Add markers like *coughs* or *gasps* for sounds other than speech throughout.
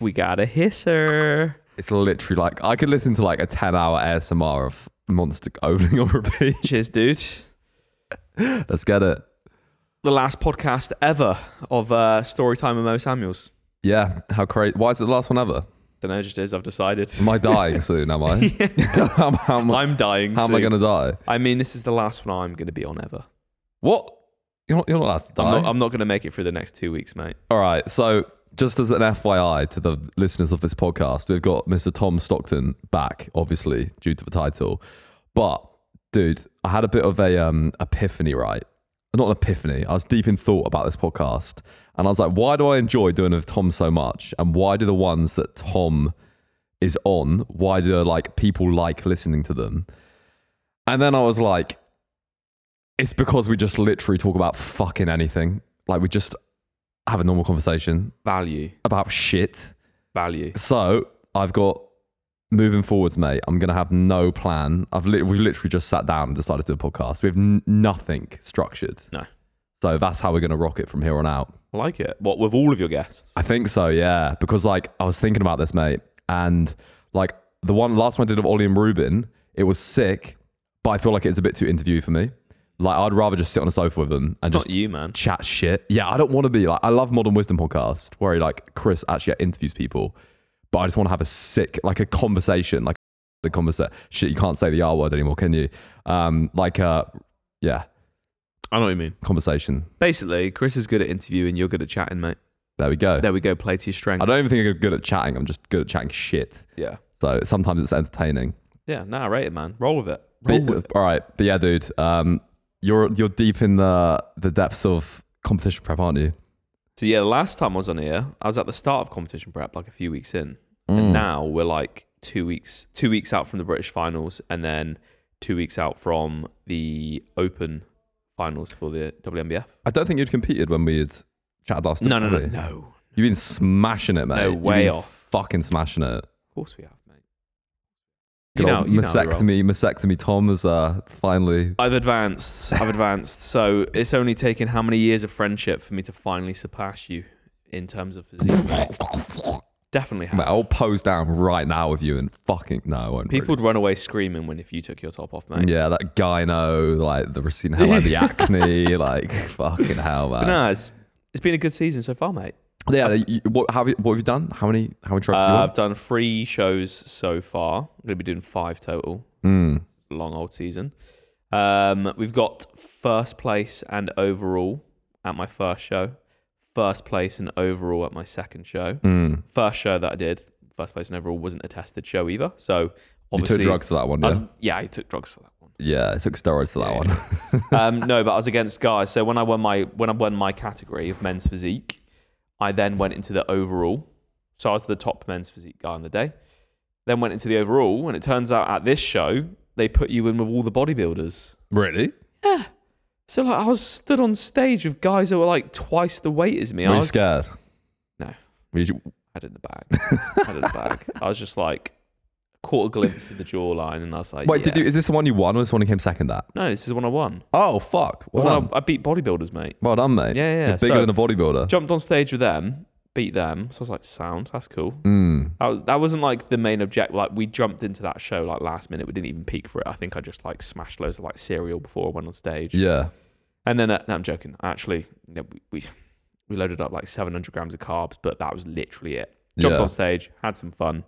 we got a hisser. It's literally like I could listen to like a ten-hour ASMR of monster *laughs* owning *laughs* on repeat. Cheers, dude. Let's get it. The last podcast ever of uh, Storytime with Mo Samuels. Yeah, how crazy! Why is it the last one ever? Don't know, just is. I've decided. Am I dying soon? *laughs* Am I? *laughs* how, how am I- I'm dying. how am I soon. gonna die? I mean, this is the last one I'm going to be on ever. What? You're not, you're not allowed to die. I'm not, I'm not going to make it through the next two weeks, mate. All right. So, just as an FYI to the listeners of this podcast, we've got Mr. Tom Stockton back, obviously, due to the title. But, dude, I had a bit of a um, epiphany, right? Not an epiphany. I was deep in thought about this podcast. And I was like, why do I enjoy doing it with Tom so much? And why do the ones that Tom is on, why do like people like listening to them? And then I was like, it's because we just literally talk about fucking anything. Like we just have a normal conversation Value, about shit. value. So I've got moving forwards, mate. I'm gonna have no plan. I've lit we've literally just sat down and decided to do a podcast. We have n- nothing structured. No. So that's how we're gonna rock it from here on out. I like it. What with all of your guests? I think so, yeah. Because like I was thinking about this, mate, and like the one last one I did of Ollie and Rubin, it was sick, but I feel like it's a bit too interview for me. Like I'd rather just sit on a sofa with them It's and not just you, man. chat shit. Yeah, I don't want to be like I love Modern Wisdom podcast where like Chris actually interviews people, but I just want to have a sick like a conversation, like a conversation. Shit, you can't say the R word anymore, can you? Um, like uh, yeah, I know what you mean. conversation. Basically, Chris is good at interviewing. You're good at chatting, mate. There we go. There we go. Play to your strengths. I don't even think I'm good at chatting. I'm just good at chatting shit. Yeah. So sometimes it's entertaining. Yeah. Nah, I rate it, man. Roll with it. Roll But- with it. all right, but yeah, dude, um, you're you're deep in the the depths of competition prep, aren't you? So yeah, last time I was on here, I was at the start of competition prep, like a few weeks in, and now we're like two weeks, two weeks out from the British finals, and then two weeks out from the Open finals for the WNBF. I don't think you'd competed when we had chatted last. No, no, no, really. no. You've been smashing it, mate. No, You've way been off. Fucking smashing it. Of course we have, mate. Good You know- old you know how we roll. mastectomy, mastectomy Tom has uh, finally. I've advanced. I've advanced. So it's only taken how many years of friendship for me to finally surpass you in terms of physique? Definitely have. Mate, I'll pose down right now with you and fucking no, I won't. People would run away screaming when if you took your top off, mate. really. Yeah, that gyno, like the receding hair, like *laughs* the acne, like fucking hell, man. But no, it's, it's been a good season so far, mate. Yeah, you, what have you? What have you done? How many? How many trophies? Uh, you won? I've done three shows so far. I'm going to be doing five total. Mm. Long old season. Um, we've got first place and overall at my first show. First place and overall at my second show. Mm. First show that I did, first place and overall, wasn't a tested show either. So You obviously, took drugs for that one, I yeah. was- yeah, I took drugs for that one. yeah, I took steroids for that Yeah, one. *laughs* um, no, but I was against guys. So when I won my when I won my category of men's physique, I then went into the overall. So I was the top men's physique guy on the day. Then went into the overall, and it turns out at this show they put you in with all the bodybuilders. really? So like I was stood on stage with guys that were like twice the weight as me. Were I you was scared? No. Were you- had in the bag. had in the *laughs* bag. I was just like caught a glimpse of the jawline, and I was like, Wait, did yeah. you? Is this the one you won, or is this the one who came second? That? No, this is the one I won. Oh fuck! The Well one done. I, I beat bodybuilders, mate. well done, mate. Yeah, yeah. You're bigger So- than a bodybuilder. jumped on stage with them, beat them. So I was like, sound, that's cool. Mm. That, was, that wasn't like the main object. Like we jumped into that show like last minute. We didn't even peak for it. I think I just like smashed loads of like cereal before I went on stage. Yeah. And then uh, no, I'm joking. I actually, you know, we, we we loaded up like 700 grams of carbs, but that was literally it. Jumped Yeah. on stage, had some fun,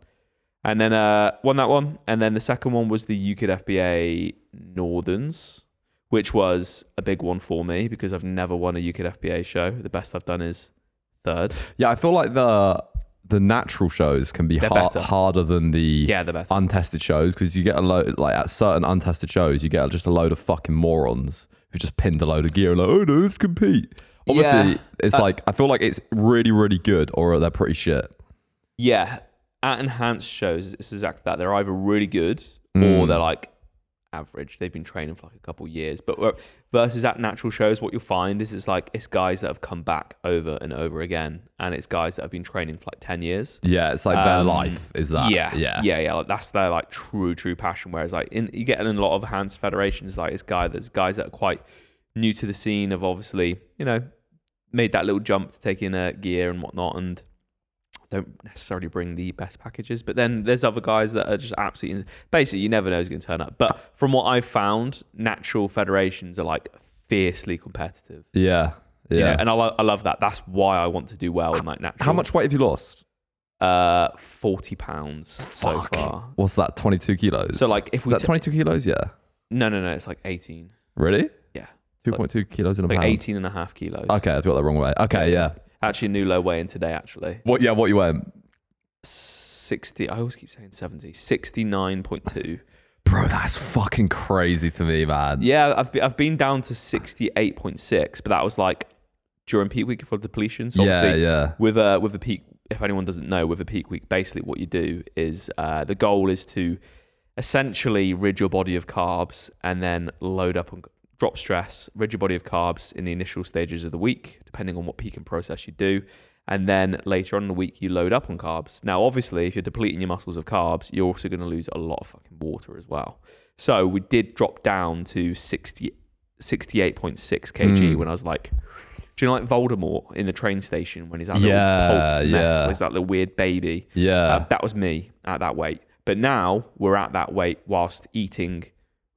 and then uh, won that one. And then the second one was the UKID FBA Northerns, which was a big one for me because I've never won a UKID FBA show. The best I've done is third. Yeah, I feel like the the natural shows can be They're har- better. harder than the Yeah, the best. untested shows because you get a load like at certain untested shows you get just a load of fucking morons who just pinned a load of gear and like oh no let's compete. Obviously, Yeah. Uh, it's like I feel like it's really really good or they're pretty shit. Yeah, at enhanced shows, it's exactly that. They're either really good or Mm. they're like average. They've been training for like a couple years. But where- versus at natural shows, what you'll find is it's like it's guys that have come back over and over again, and it's guys that have been training for like ten years. Yeah, it's like their Um, life is that. yeah, yeah, yeah, yeah. Like that's their like true, true passion. Whereas like in you get in a lot of enhanced federations, like it's guy there's guys that are quite new to the scene of obviously you know made that little jump to taking a gear and whatnot, and don't necessarily bring the best packages. But then there's other guys that are just absolutely ins- basically you never know who's going to turn up. But from what I've found, natural federations are like fiercely competitive. Yeah. Yeah. You know, and I, lo- I love that. That's why I want to do well in like natural. How much weight have you lost? Uh, forty pounds so far. What's that? 22 kilos. So, like, if Is we that t- 22 kilos, yeah. No, no, no. It's like eighteen. Really? Yeah. 2.2 kilos in a Like pound. 18 and a half kilos. Okay, I've got that wrong way. Okay, yeah. Actually, new low weigh in today, actually. What? Yeah, what you went, 60. I always keep saying 70. 69.2. bro? That's fucking crazy to me, man. yeah, I've, be, I've been down to 68.6, but that was like during peak week for depletion. So yeah, obviously, yeah. with a with a peak if anyone doesn't know with a peak week basically what you do is uh, the goal is to essentially rid your body of carbs and then load up on drop stress rid your body of carbs in the initial stages of the week depending on what peaking process you do and then later on in the week you load up on carbs now obviously if you're depleting your muscles of carbs you're also going to lose a lot of fucking water as well so we did drop down to 60 68.6 kg Mm. when i was like do you know like Voldemort in the train station when he's that little Yeah, pulp mess? yeah. He's that little weird baby. Yeah. Uh, that was me at that weight. But now we're at that weight whilst eating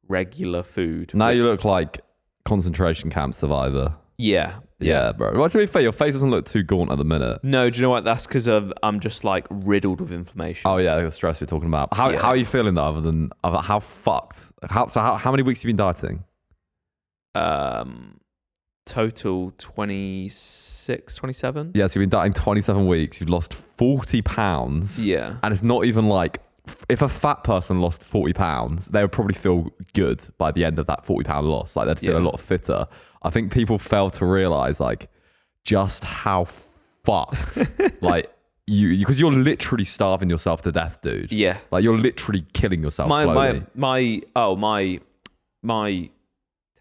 regular food. now which- you look like concentration camp survivor. Yeah, Yeah, bro. Well, to be fair, your face doesn't look too gaunt at the minute. No, do you know what? That's because of I'm just like riddled with inflammation. Oh yeah, the stress you're talking about. How Yeah. how are you feeling though? Other than other- how fucked? How so? How, how many weeks have you been dieting? Oh. Um, total 26, 27. Yeah, so you've been dieting 27 weeks. You've lost 40 pounds. Yeah. and it's not even like f- if a fat person lost 40 pounds they would probably feel good by the end of that 40 pound loss like they'd feel Yeah. a lot fitter i think people fail to realize like just how *laughs* fucked like you because you're literally starving yourself to death dude Yeah. like you're literally killing yourself My, Oh, slowly my, my, oh, my, my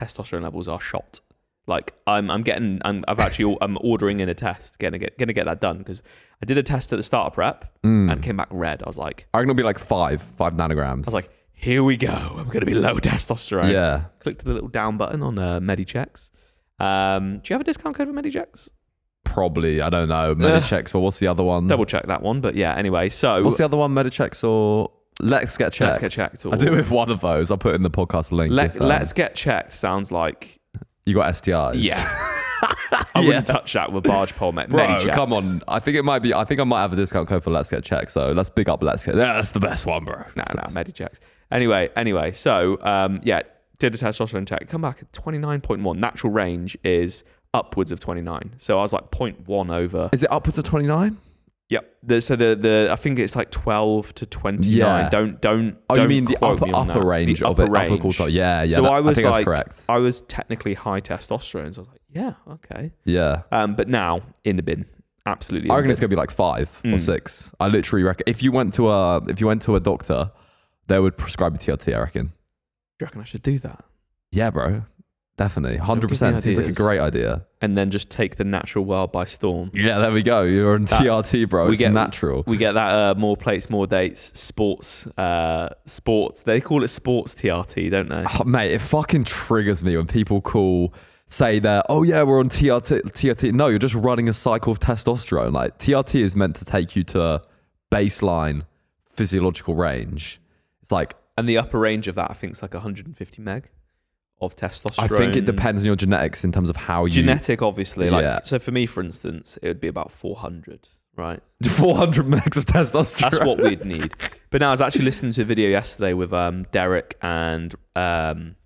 testosterone levels are shot. Like I'm, I'm getting, I'm, I've actually, *laughs* I'm ordering in a test, gonna get, gonna get that done because I did a test at the start of prep Mm. and came back red. I was like, i reckon it'll be like five five nanograms I was like, here we go. I'm gonna be low *laughs* testosterone. yeah Clicked the little down button on uh, MediChecks. Um, do you have a discount code for MediChecks? Mm. probably i don't know medichecks or what's the other one Double check that one. But yeah, anyway, so what's the other one medichecks or let's get checked Let's Get Checked or- i do with one of those i'll put in the podcast link let, if, um, let's get checked. Sounds *laughs* like You got STIs. yeah. I wouldn't touch that with barge pole, mate. Bro, MediChecks. come on. I think it might be. I think I might have a discount code for Let's Get Checked. So let's big up Let's Get. Yeah, that's the best one, bro. No, no, Medichecks. Anyway, anyway, so um, yeah, did a testosterone check. Come back at 29.1. Natural range is upwards of 29. So I was like 0.1 over. Is it upwards of twenty nine? Yep. The, so the the I think it's like 12 to 29. Yeah. Don't don't. Oh, you don't mean the quote upper me on upper that. range the of upper it? range. Upper quartile. Yeah, yeah. so that- I was think like, that's correct. I was technically high testosterone. So I was like, yeah, okay. yeah. Um, but now in the bin, absolutely. in I the reckon bin. it's gonna be like five Hmm. or six. I literally reckon if you went to a if you went to a doctor, they would prescribe you TRT. I reckon. Do you reckon I should do that? Yeah, bro. Definitely, hundred percent. Seems like a ideas. great idea. And then just take the natural world by storm. Yeah, there we go. You're on TRT, bro. we It's get- natural. We get that uh, more plates, more dates, sports, uh, sports. They call it sports TRT, don't they? Oh, mate, it fucking triggers me when people call say that, oh yeah, we're on TRT TRT. No, you're just running a cycle of testosterone. Like TRT is meant to take you to baseline physiological range. It's like And the upper range of that, I think, is like 150 meg of testosterone. I think it depends on your genetics in terms of how you *laughs* Genetic, obviously. Like Yeah. so, for me, for instance, it would be about 400, right? 400 megs of testosterone. That's *laughs* what we'd need. But now I was actually listening to a video yesterday with um, Derek and um,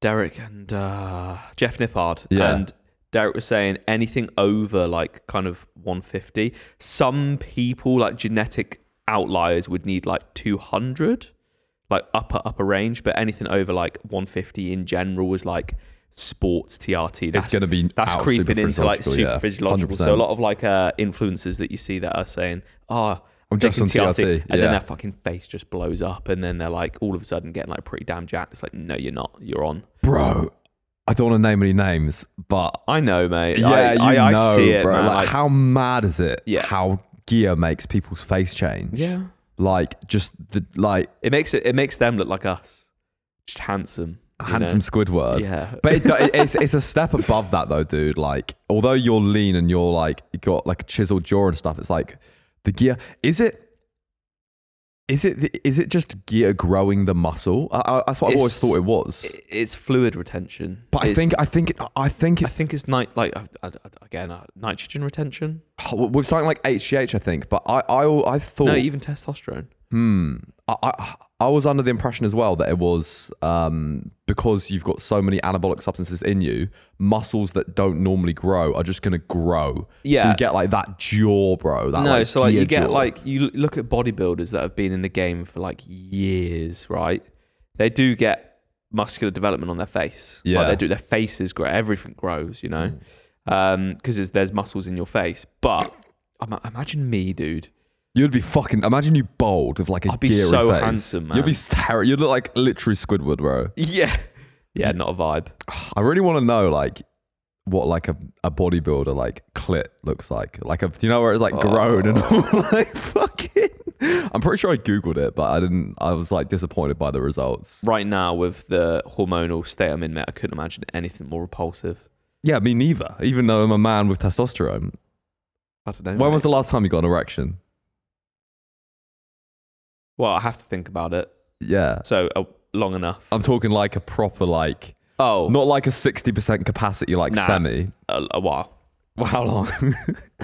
Derek and uh, Jeff Nippard, Yeah. and Derek was saying anything over like kind of 150. Some people like genetic outliers would need like 200, like upper upper range, but anything over like 150 in general was like sports TRT. That's gonna be that's out creeping super into like super physiological, physiological. yeah. So a 100%. lot of like uh, influencers that you see that are saying, "Ah, oh, I'm just taking on TRT," TRT, and then yeah. their fucking face just blows up, and then they're like all of a sudden getting like pretty damn jacked. It's like, no, you're not. You're on. Bro, I don't want to name any names, but I know, mate. yeah, I, you I, I know, see it, bro. man. Like, Like, how mad is it? Yeah. How gear makes people's face change? yeah, Like just the like it makes it it makes them look like us, just handsome. handsome Squidward. Yeah. But it, it- *laughs* it's it's a step above that though, dude. Like, although you're lean and you're like you got like a chiseled jaw and stuff, it's like the gear. Is it? Is it? the- Is it just gear growing the muscle? I, I, that's what I've always It's- thought it was. I- It's fluid retention. but I It's- think I think it- I think I it, think it's night like I, I, I- again uh, nitrogen retention. with something like HGH, I think. But I I, I thought No, even testosterone. Hmm. I, I I was under the impression as well that it was um, because you've got so many anabolic substances in you, muscles that don't normally grow are just going to grow. So Yeah. you get like that jaw, bro. That, no, like, so like gear you get jaw. like you l- look at bodybuilders that have been in the game for like years, right? They do get muscular development on their face. Like Yeah. Mm. they do their faces grow, everything grows, you know. Um, because there's muscles in your face. *coughs* But ima- imagine me, dude. you'd be fucking. Imagine you bald with like a I'd be gear so face. handsome, You'd be man. terrible. You'd look like literally Squidward, bro. Yeah. Yeah, not a vibe. I really want to know like what like a, a bodybuilder like clit looks like. Like a, do you know where it's like grown and all *laughs* like fucking. I'm pretty sure I googled it, but I didn't. I was like disappointed by the results. Right now, with the hormonal state I'm in, mate, I couldn't imagine anything more repulsive. Yeah, me neither. Even though I'm a man with testosterone. I don't know. When mate. was the last time you got an erection? well, I have to think about it. Yeah, So uh, long enough. I'm talking like a proper like, oh, Um, not like a sixty percent capacity like Nah. semi. a, a while. Well, how long?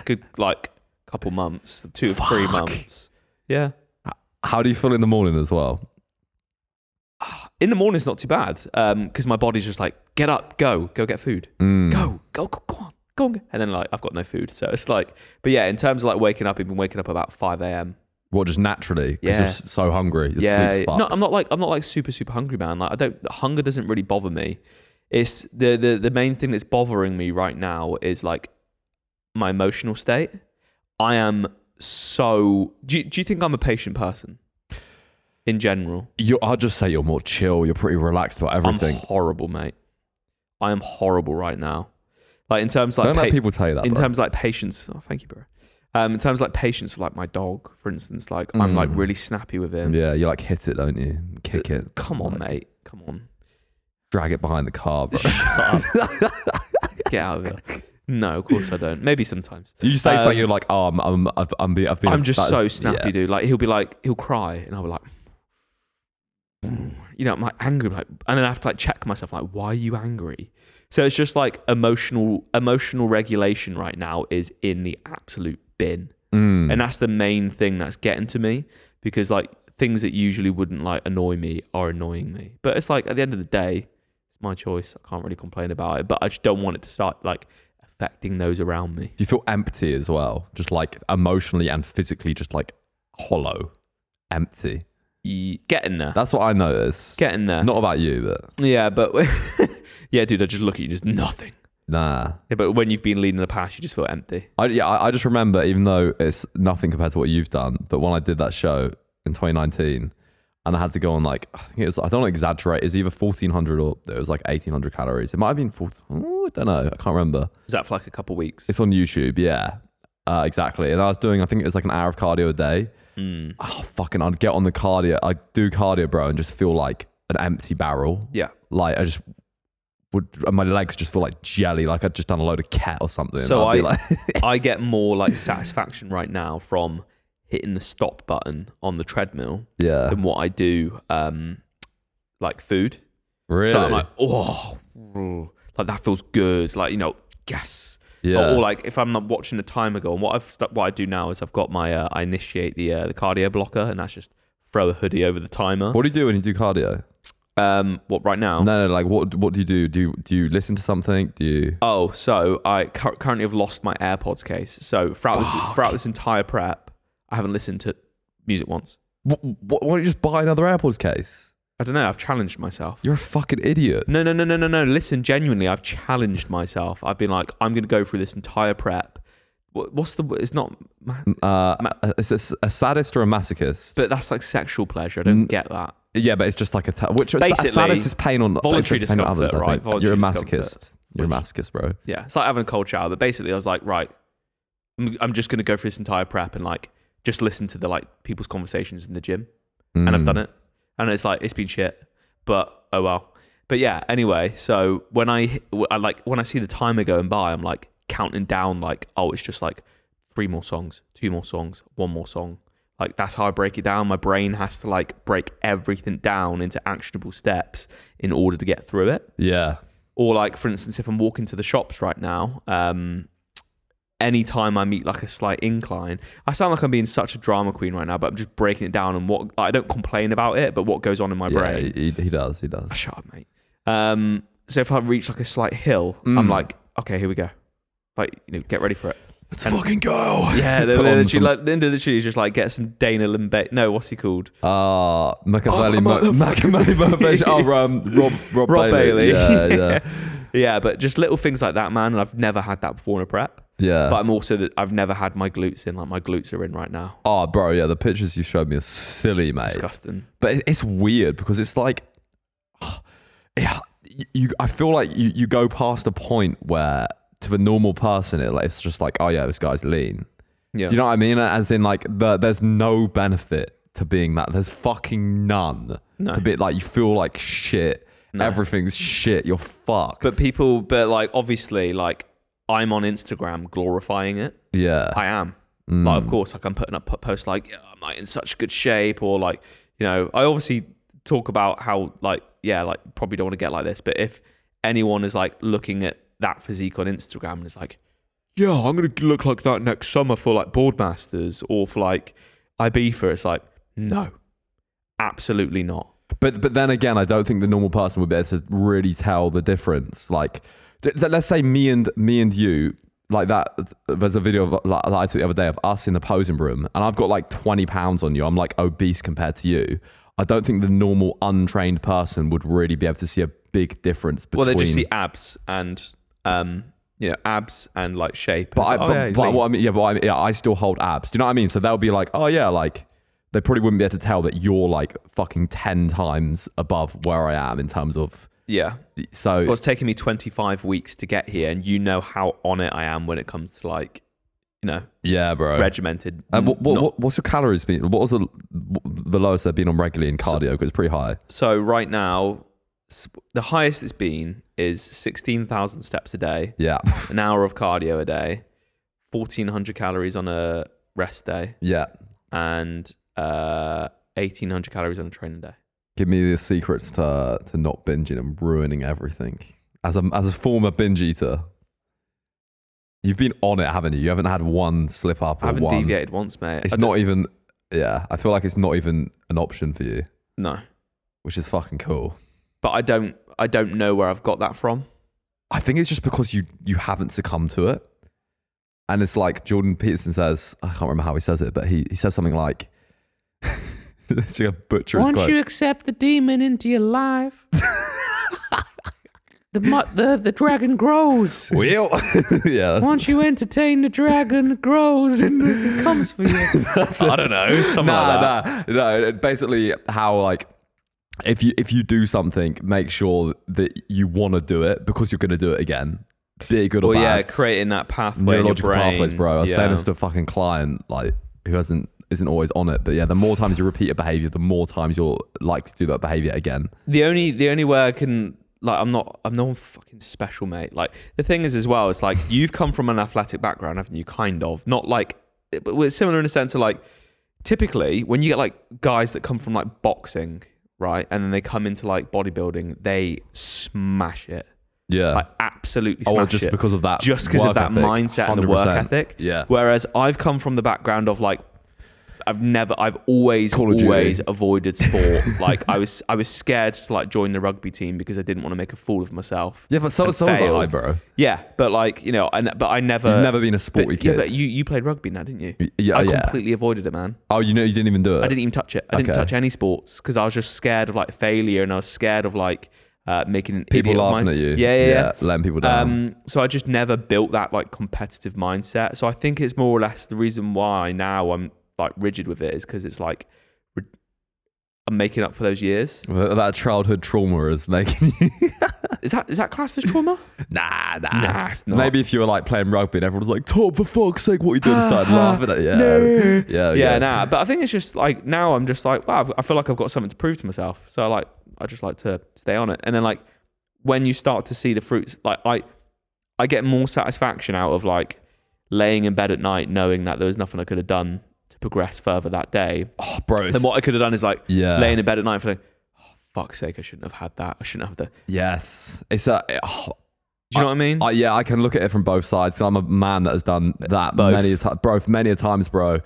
good like couple months, two or three Fuck. months. Yeah. *laughs* how do you feel in the morning as well? In the morning, it's not too bad because my body's just like, get up, go, go get food, Mm. go, go, go, go on, go on. And then like I've got no food, so it's like, but yeah, in terms of like waking up, I've been waking up about five a.m. What just naturally? Because Yeah. you're s- so hungry. Your Yeah, sleep's fucked. no, I'm not like I'm not like super super hungry, man. Like I don't hunger doesn't really bother me. It's the the the main thing that's bothering me right now is like my emotional state. I am so. Do you, do you think I'm a patient person? In general, you I'll just say you're more chill. You're pretty relaxed about everything. I'm horrible, mate. I am horrible right now. Like in terms of, like Don't let pa- people tell you that. in bro. terms of, like patience. Oh, thank you, bro. Um, in terms of, like patience for like my dog, for instance, like I'm like Mm. really snappy with him. yeah, you like hit it, don't you? Kick it. Come on, Like, mate. Come on. Drag it behind the *laughs* car, bro. Get out of here. No, of course I don't. Maybe sometimes. you say Um, something, you're like, oh, I'm, I'm, I've, I'm, be, I've been. I'm just that so is- snappy, yeah. dude. Like he'll be like, he'll cry, and I'll be like, you know, I'm like angry, like, and then I have to like check myself, like, why are you angry? So it's just like emotional, emotional regulation right now is in the absolute bin, Mm. and that's the main thing that's getting to me because like things that usually wouldn't like annoy me are annoying me. But it's like at the end of the day, it's my choice. I can't really complain about it, but I just don't want it to start like affecting those around me. Do you feel empty as well? Just like emotionally and physically, just like hollow, empty. Ye- Getting there, That's what I noticed. getting there. Not about you, but Yeah, but *laughs* yeah, dude, I just look at you, just nothing. nah. Yeah, but when you've been leading the past, you just feel empty. I, yeah, I, I just remember, even though it's nothing compared to what you've done, but when I did that show in 2019, and I had to go on like I think it was I don't want to exaggerate. It's either 1400 or it was like 1800 calories. It might have been 14. ooh, I don't know. I can't remember. Is that for like a couple weeks? It's on YouTube. Yeah, uh, exactly. And I was doing I think it was like an hour of cardio a day. Mm. Oh fucking! I'd get on the cardio. I'd do cardio, bro, and just feel like an empty barrel. Yeah. Like I just would. My legs just feel like jelly. Like I'd just done a load of cat or something. So I'd be I- like, *laughs* *laughs* I get more like satisfaction right now from hitting the stop button on the treadmill yeah, than what I do um like food. really. So I'm like, oh, mm, like that feels good. Like you know, yes. Yeah. Or, or, like if I'm not watching a timer go, and what I've st- what I do now is I've got my uh, I initiate the uh, the cardio blocker, and that's just throw a hoodie over the timer. What do you do when you do cardio? Um, what right now? No, no, like what what do you do? Do you do you listen to something? Do you Oh, so I cur- currently have lost my AirPods case. So throughout this, throughout this entire prep, I haven't listened to music once. what, why don't you just buy another AirPods case? I don't know. I've challenged myself. You're a fucking idiot. No, no, no, no, no, no. Listen, genuinely, I've challenged myself. I've been like, I'm going to go through this entire prep. What, what's the? It's not. Uh, is this a sadist or a masochist? But that's like sexual pleasure. I don't get that. yeah, but it's just like a t- which a Basically, sadist is pain on voluntary it's pain on discomfort, I right? think. Voluntary You're a discomfort, masochist. You're a masochist, bro. Yeah, it's like having a cold shower. But basically, I was like, right, I'm, I'm just going to go through this entire prep and like just listen to the like people's Mm. conversations in the gym. and I've done it. And it's like it's been shit, but oh well. But yeah, anyway, so when I, I like when I see the timer going by, I'm like counting down like oh, it's just like three more songs, two more songs, one more song. Like that's how I break it down. My brain has to like break everything down into actionable steps in order to get through it. Yeah. Or like for instance, if I'm walking to the shops right now, um anytime I meet like a slight incline, I sound like I'm being such a drama queen right now, but I'm just breaking it down and what I don't complain about it, but what goes on in my Yeah, brain. Ah, he, he does. He does. Shut up, mate. Um, so if I reach like a slight hill, I'm Mm. like, okay, here we go. Like, you know, get ready *laughs* for it. Let's And- fucking go. *laughs* Yeah, they're Put on literally, some- like, Linda literally is just like, get some Dana Limbe. No, what's he called? Ah, Machiavelli, Oh, Mo- motherfucker. Machiavelli motivation. *laughs* Oh, Yes. um, Rob, Rob, Rob Bailey. *laughs* Bailey. Yeah, yeah, Yeah, but just little things like that, man. And I've never had that before in a prep. yeah. But I'm also, that I've never had my glutes in. Like, my glutes are in right now. oh, bro, yeah. The pictures you showed me are silly, mate. Disgusting. But it- it's weird because it's like, *sighs* yeah, you. I feel like you, you go past a point where to the normal person, it like it's just like, oh yeah, this guy's lean. Yeah. Do you know what I mean? As in, like, the, there's no benefit to being that. There's fucking none. No. To be like, you feel like shit. Everything's shit. You're fucked. but people, but like, obviously, like, I'm on Instagram glorifying it. yeah. I am. Like, Mm. of course, like I'm putting up po- posts like, yeah, I'm like in such good shape, or like, you know, I obviously talk about how, like, yeah, like, probably don't want to get like this. But if anyone is like looking at that physique on Instagram and is like, yeah, I'm going to look like that next summer for like Boardmasters or for like Ibiza, it's like, no, absolutely not. But but then again, I don't think the normal person would be able to really tell the difference. Like, th- th- let's say me and me and you, like that. There's a video of, like, that I took the other day of us in the posing room, and I've got like 20 pounds on you. I'm like obese compared to you. I don't think the normal untrained person would really be able to see a big difference between. Well, they just see abs and, um, you know, abs and like shape. But, It's I, like, oh, but, yeah, he's but lean. what I mean, yeah, but I, yeah, I still hold abs. Do you know what I mean? So they'll be like, oh yeah, like they probably wouldn't be able to tell that you're like fucking ten times above where I am in terms of. yeah. So Well, it's taken me 25 weeks to get here, and you know how on it I am when it comes to like, you know, yeah, bro. Uh, regimented. And what, what, not- what, what's your calories been? What was the, the lowest they've been on regularly in cardio? Because it's pretty high. So right now, s- the highest it's been is 16,000 steps a day, Yeah. *laughs* an hour of cardio a day, 1,400 calories on a rest day, Yeah. and uh, 1,800 calories on a training day. Give me the secrets to, to not binging and ruining everything. As a, as a former binge eater, you've been on it, haven't you? You haven't had one slip up I or haven't one. deviated once, mate. I It's don't- not even, yeah. I feel like it's not even an option for you, no, which is fucking cool. but I don't. I don't know where I've got that *laughs* from. I think it's just because you you haven't succumbed to it. And it's like Jordan Peterson says, I can't remember how he says it, but he, he says something like, *laughs* it's like a butcher's *laughs* Once quote. you accept the demon into your life, the, mu- the the *laughs* dragon grows. Well, yeah, that's, Once you entertain the dragon, it grows and it comes for you. I don't know. Something like that. *laughs* nah, nah, no. Basically, how like if you if you do something, make sure that you want to do it because you're going to do it again, be it good or Well, bad. yeah, creating that pathway in your neurological brain. pathways, bro. I was yeah. saying this to a fucking client like who hasn't isn't always on it, but yeah, the more times you repeat a behavior, the more times you're likely to do that behavior again. the only the only way I can like I'm not I'm no one fucking special, mate. Like the thing is as well, it's like you've come from an athletic background, haven't you? Kind of. Not like but we're similar in a sense of like typically when you get like guys that come from like boxing, right? And then they come into like bodybuilding, they smash it. Yeah. Like absolutely Oh, smash well, just it. because of that Just because of work that ethic, mindset and the work 100%. ethic. Yeah. Whereas I've come from the background of like I've never I've always Call of Duty. always avoided sport. *laughs* like I was I was scared to like join the rugby team because I didn't want to make a fool of myself. yeah, but so and so was fail. I, bro. Yeah, but like, you know, and but I never You've never been a but, sporty Yeah, kid. but you you played rugby now, didn't you? Y- yeah, I yeah. completely avoided it, man. oh, you know, you didn't even do it. I didn't even touch it. I didn't Okay. touch any sports because I was just scared of like failure and I was scared of like uh, making an People idiot of laughing my- at you. Yeah, yeah, yeah. letting people down. Um, so I just never built that like competitive mindset. So I think it's more or less the reason why now I'm like rigid with it is because it's like re- I'm making up for those *laughs* years. But that childhood trauma is making you. *laughs* Is that is that classed as *laughs* trauma? nah, nah. nah, it's not. Maybe if you were like playing rugby and everyone was like, "Tom, for fuck's sake, what are *gasps* you doing?" and started laughing at you. Yeah, No. yeah, Oh, yeah, nah. But I think it's just like now I'm just like wow. I've- I feel like I've got something to prove to myself. So I like I just like to stay on it. And then like when you start to see the fruits, like I, I get more satisfaction out of like laying in bed at night knowing that there was nothing I could have done to progress further that day. Oh, bro. Then what I could have done is like yeah. laying in bed at night feeling, oh, fuck's sake, I shouldn't have had that. I shouldn't have that. Yes. It's a. oh, Do you know what I mean? I- yeah, I can look at it from both sides. So I'm a man that has done that Both. many a time, bro, many a times, bro.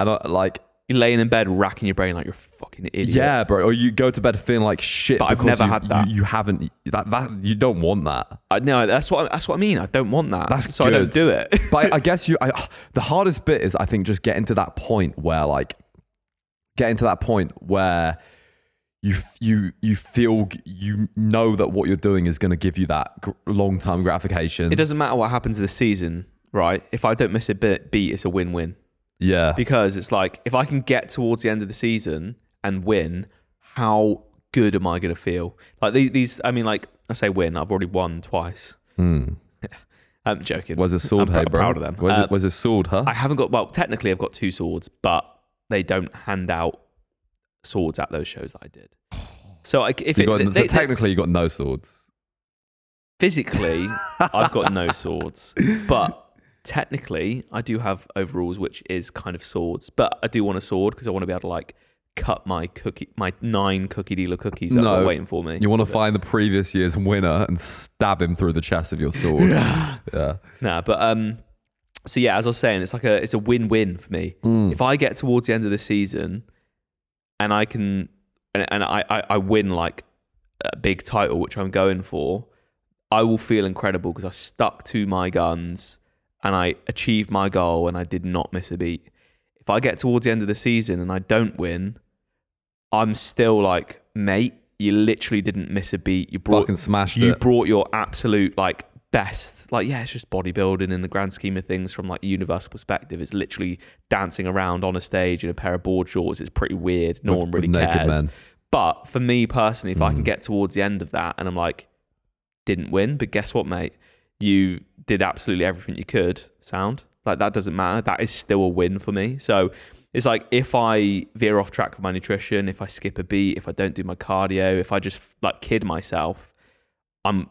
And I, like, You're laying in bed, racking your brain like you're a fucking idiot. yeah, bro. Or you go to bed feeling like shit. But I've because never you- had that. You, you haven't. That that you don't want that. I, no, that's what that's what I mean. I don't want that. That's so I don't good. do it. *laughs* But I, I guess you. I, the hardest bit is I think just getting to that point where like, getting to that point where you f- you you feel g- you know that what you're doing is going to give you that long term gratification. it doesn't matter what happens this season, right? If I don't miss a bit beat, it's a win-win yeah. because it's like if I can get towards the end of the season and win, how good am I going to feel? Like the- these, I mean, like I say, win. I've already won twice. Hmm. I'm joking. Where's his sword, I'm hey, prou- bro? proud of them. Where's, Uh, it, where's his sword, huh? I haven't got well. Technically, I've got two swords, but they don't hand out swords at those shows that I did. So I, if You it, got- they- so they- technically, you got no swords. *laughs* physically, I've got no swords, but technically, I do have overalls, which is kind of swords. But I do want a sword because I want to be able to like cut my cookie, my nine cookie dealer cookies that are No. waiting for me. You want to find the previous year's winner and stab him through the chest of *laughs* your sword. yeah. Nah, but um, so yeah, as I was saying, it's like a it's a win win for me. If I get towards the end of the season, and I can and, and I, I I win like a big title, which I'm going for, I will feel incredible because I stuck to my guns and I achieved my goal and I did not miss a beat. If I get towards the end of the season and I don't win, I'm still like, mate, you literally didn't miss a beat. You brought Fucking smashed you it. brought your absolute like best like yeah it's just bodybuilding in the grand scheme of things from like a universal perspective it's literally dancing around on a stage in a pair of board shorts it's pretty weird no With- one with really naked cares men. but for me personally if i can get towards the end of that and i'm like didn't win but guess what mate you did absolutely everything you could sound like that doesn't matter that is still a win for me so it's like if i veer off track with my nutrition if i skip a beat if i don't do my cardio if i just like kid myself i'm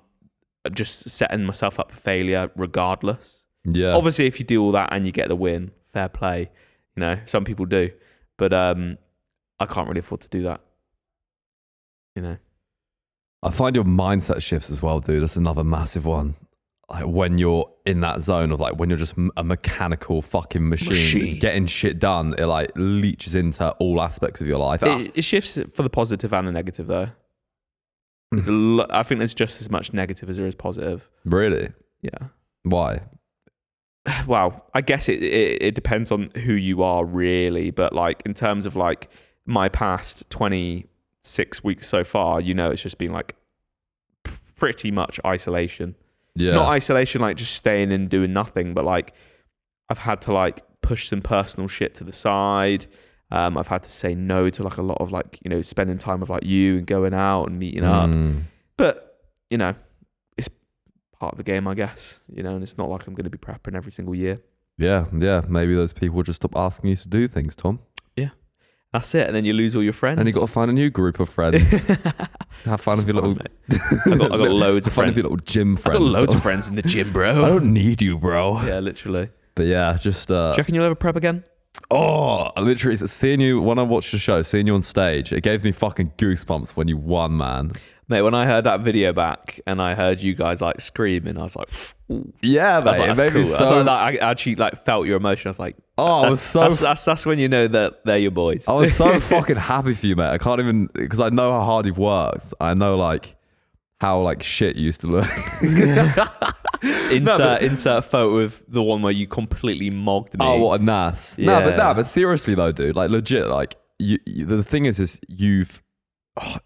just setting myself up for failure regardless yeah. obviously if you do all that and you get the win fair play you know some people do but um i can't really afford to do that you know I find your mindset shifts as well, dude. That's another massive one. Like when you're in that zone of like when you're just m- a mechanical fucking machine, Machine. getting shit done, it like leeches into all aspects of your life. Ah, it, it shifts for the positive and the negative though there's a lo- i think there's just as much negative as there is positive really? yeah Why? *sighs* well, I guess it, it it depends on who you are really, but like in terms of like my past 26 weeks so far, you know, it's just been like p- pretty much isolation. Yeah. Not isolation like just staying and doing nothing, but like I've had to like push some personal shit to the side. Um, I've had to say no to like a lot of like, you know, spending time with like you and going out and meeting up. Mm. But you know, it's part of the game, I guess. You know, and it's not like I'm going to be prepping every single year. Yeah, yeah. Maybe those people just stop asking you to do things, Tom. That's it, and then you lose all your friends. And you got to find a new group of friends. Have fun with your little. *laughs* I *laughs* got, I got loads of Have fun friends. with your little gym I friends. got loads Tom. of friends in the gym, *laughs* I bro. don't need you, bro. yeah, literally. But yeah, just uh, Do you reckon you'll ever prep again? oh, I literally it's seeing you when I watched the show, seeing you on stage, it gave me fucking goosebumps when you won, man. Mate, when I heard that video back and I heard you guys like screaming, I was like, Ooh. Yeah, I was like, that's like, that's it made cool. me That's so. like, that- I actually like felt your emotion. I was like, *laughs* oh, I was so. Oh, that's, that's that's when you know that they're your boys. I was so fucking happy for you, mate. I can't even because I know how hard you've worked. I know like how like shit you used to look. insert insert photo of the one where you completely mogged me. Oh, *laughs* what a nass. No, but Yeah. no, but seriously though, dude, like legit, like you, you the thing is, is you've. oh,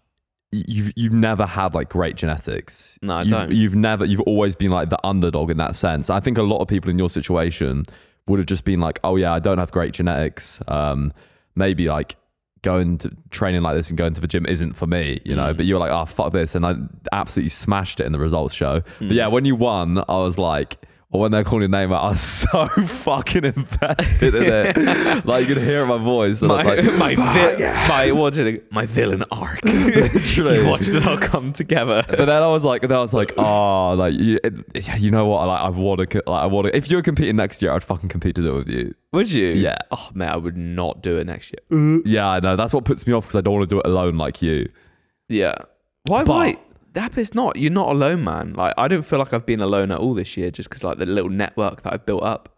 You've you've never had like great genetics. No, I you've, don't. You've never you've always been like the underdog in that sense. I think a lot of people in your situation would have just been like, oh yeah, I don't have great genetics. Um, maybe like going to training like this and going to the gym isn't for me, you know. But you were like, oh fuck this, and I absolutely smashed it in the results show. But yeah, when you won, I was like, or when they're calling your name out, I was *laughs* so fucking invested in it. like you could hear it in my voice. And My, I was like, *laughs* my, vi- my, what did it- my villain arc. Literally. You've watched it all come together. but then I was like, then I was like, oh, like you, it- yeah, you know what? Like I want to, like I want to. If you're competing next year, I'd fucking compete to do it with you. Would you? Yeah. Oh, man, I would not do it next year. Yeah, I know. That's what puts me off because I don't want to do it alone like you. Yeah. Why? But- why? That is not. You're not alone, man. Like I don't feel like I've been alone at all this year, just because like the little network that I've built up.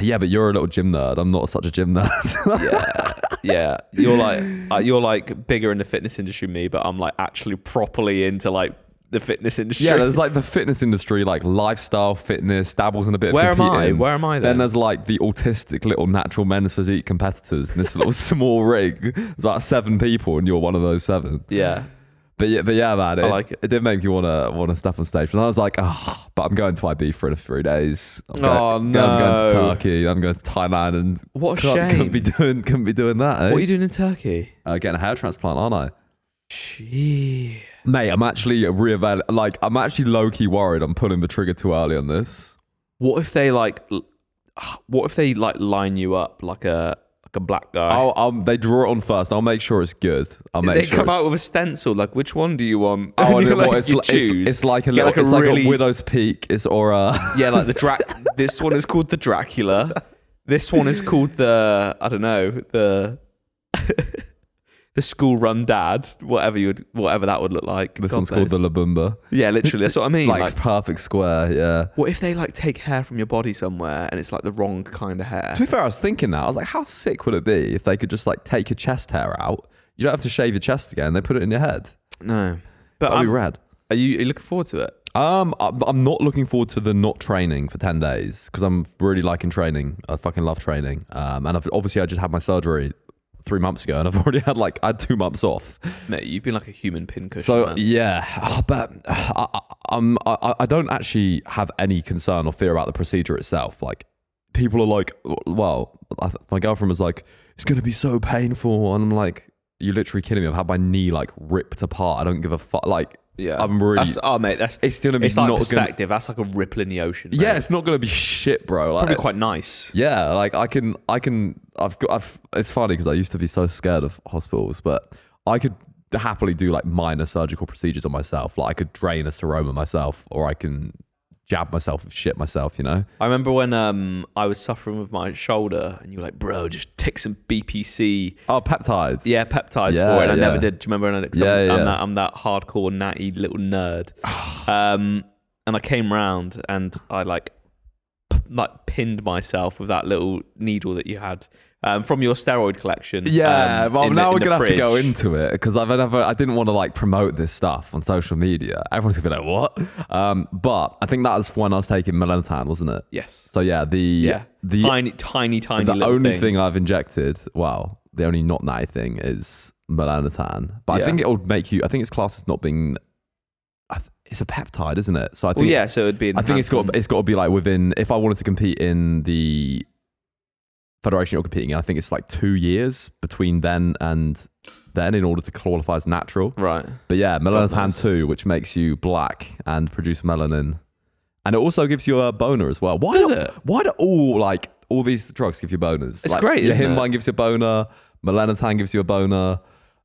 Yeah, but you're a little gym nerd. I'm not such a gym *laughs* nerd. Yeah, you're like uh, you're like bigger in the fitness industry than me, but I'm like actually properly into like the fitness industry. yeah, there's like the fitness industry, like lifestyle fitness, dabbles in a bit. Where of am I? competing. Where am I then? Then there's like the autistic little natural men's physique competitors in this little *laughs* small ring. There's like seven people, and you're one of those seven. *laughs* yeah. But yeah, but yeah, man, it, like it. it. did make me want to want to step on stage. But I was like, oh, but I'm going to Ibiza in three days. I'm Oh, going, I'm going to no. Turkey. I'm going to Thailand, and What a can't, shame. Couldn't be doing, couldn't be doing that. Eh? What are you doing in Turkey? uh, getting a hair transplant, aren't I? Gee. Mate, I'm actually reeval. Like, I'm actually low key worried. I'm pulling the trigger too early on this. What if they like? l- *sighs* What if they like line you up like a like a black guy? I'll, i they draw it on first. I'll make sure it's good. I'll make they sure. come it's- out with a stencil. Like, which one do you want? *laughs* Oh, I And know you're what, *laughs* like, it's, you li- it's- choose. it's like a Get, little, like, a it's like really- a widow's peak. It's or a *laughs* yeah, like the Drac. this one is called the Dracula. This one is called the I don't know the *laughs* the school run dad. Whatever you would, whatever that would look like. this God one's called knows. the Labumba. yeah, literally. That's what I mean. Like, Like, perfect square. Yeah. what if they like take hair from your body somewhere and it's like the wrong kind of hair? To be fair, I was thinking that. I was like, how sick would it be if they could just like take your chest hair out? You don't have to shave your chest again. They put it in your head. No, but That'd be I'm- rad. are you are you looking forward to it? Um, I'm I'm not looking forward to the not training for ten days because I'm really liking training. I fucking love training. Um, and I've obviously I just had my surgery three months ago, and I've *laughs* already had like I had two months off. Mate, you've been like a human pincushion. So man. yeah, Oh, but I, I, um, I, I- I don't actually have any concern or fear about the procedure itself. Like people are like, well, I, th- my girlfriend was like, it's gonna be so painful, and I'm like, you're literally kidding me. I've had my knee like ripped apart. I don't give a fuck. Like, yeah, I'm really. That's, oh, mate, that's it's gonna be it's like not gonna. perspective. That's like a ripple in the ocean. mate. Yeah, it's not gonna be shit, bro. Like, probably quite nice. yeah, like I can, I can, I've got, I've, it's funny because I used to be so scared of hospitals, but I could happily do like minor surgical procedures on myself. Like I could drain a seroma myself or I can jab myself with shit myself, you know? I remember when um I was suffering with my shoulder, and you were like, "Bro, just take some BPC, Oh, peptides. yeah, peptides Yeah, for it." And I yeah. never did. Do you remember? And I, Yeah, I'm, yeah. Oh. I'm that I'm that hardcore natty little *sighs* nerd. um, and I came round and I like p- like pinned myself with that little needle that you had um, from your steroid collection. Yeah, um, well, in the- now in we're the gonna have to go fridge. into it because I've never, I didn't want to like promote this stuff on social media. Everyone's gonna be like, "What?" Um, but I think that was when I was taking melanotan, wasn't it? Yes. So yeah, the Yeah. the tiny, tiny, tiny. the little only thing. thing. I've injected, well, the only not natty thing is melanotan. But Yeah. I think it'll make you. I think its class as not being. I th- It's a peptide, isn't it? So I think. Well, yeah. So it'd be. I think it's got. enhancement. It's got to be like within. If I wanted to compete in the federation you're competing in, I think it's like two years between then and then in order to qualify as natural. right. But yeah, knows. melanotan two, which makes you black and produce melanin, and it also gives you a boner as well. Why Does do, it? Why do all like all these drugs give you boners? It's Like, great, Your isn't it? Himbine gives you a boner. Melanotan gives you a boner.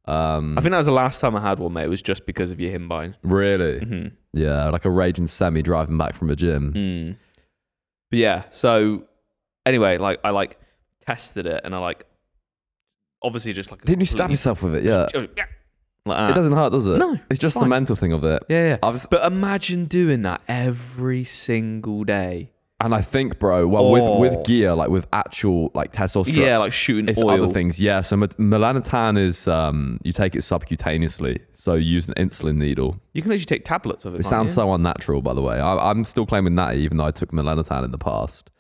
Um, I think that was the last time I had one, mate. It was just because of your himbine. really? Mm-hmm. Yeah, like a raging semi driving back from a gym. Mm. But yeah, so anyway, like I like tested it and I like obviously just like Didn't you stab yourself with it? Yeah. Like It that. doesn't hurt, does it? No, It's it's just the fine. mental thing of it. yeah, yeah. I was, But imagine doing that every single day. and I think, bro, well, Oh. with with gear, like with actual like testosterone, Yeah, like shooting It's oil. other things, yeah. So mel- melanotan is um, you take it subcutaneously, so you use an insulin needle. You can actually take tablets of it. It can't sounds you? so unnatural, by the way. I, I'm still claiming that, even though I took melanotan in the past,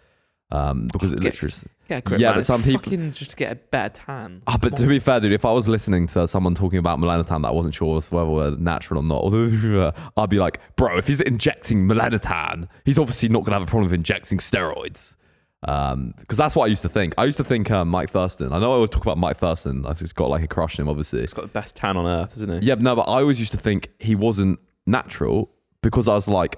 um, because it get- literally. is- yeah, grip, yeah, man. but It's some people- fucking just to get a better tan. Ah, but to be fair, dude, if I was listening to someone talking about melanotan that I wasn't sure was whether were natural or not, *laughs* I'd be like, bro, if he's injecting melanotan, he's obviously not gonna have a problem with injecting steroids. Because that's what I used to think. I used to think um, Mike Thurston. I know I always talk about Mike Thurston. I've just got like a crush on him, obviously. It's got the best tan on earth, isn't it? Yeah, but no, but I always used to think he wasn't natural because I was like,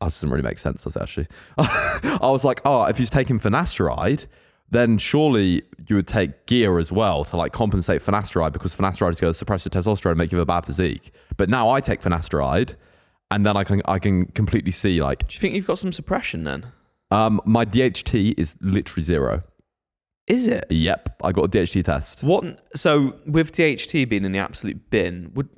that doesn't really make sense, does it actually? *laughs* I was like, oh, if he's taking finasteride, then surely you would take gear as well to like compensate finasteride because finasteride is going to suppress your testosterone and make you have a bad physique. But now I take finasteride and then I can I can completely see like Do you think you've got some suppression then? um my DHT is literally zero. Is it? Yep, I got a DHT test. What? So with DHT being in the absolute bin, would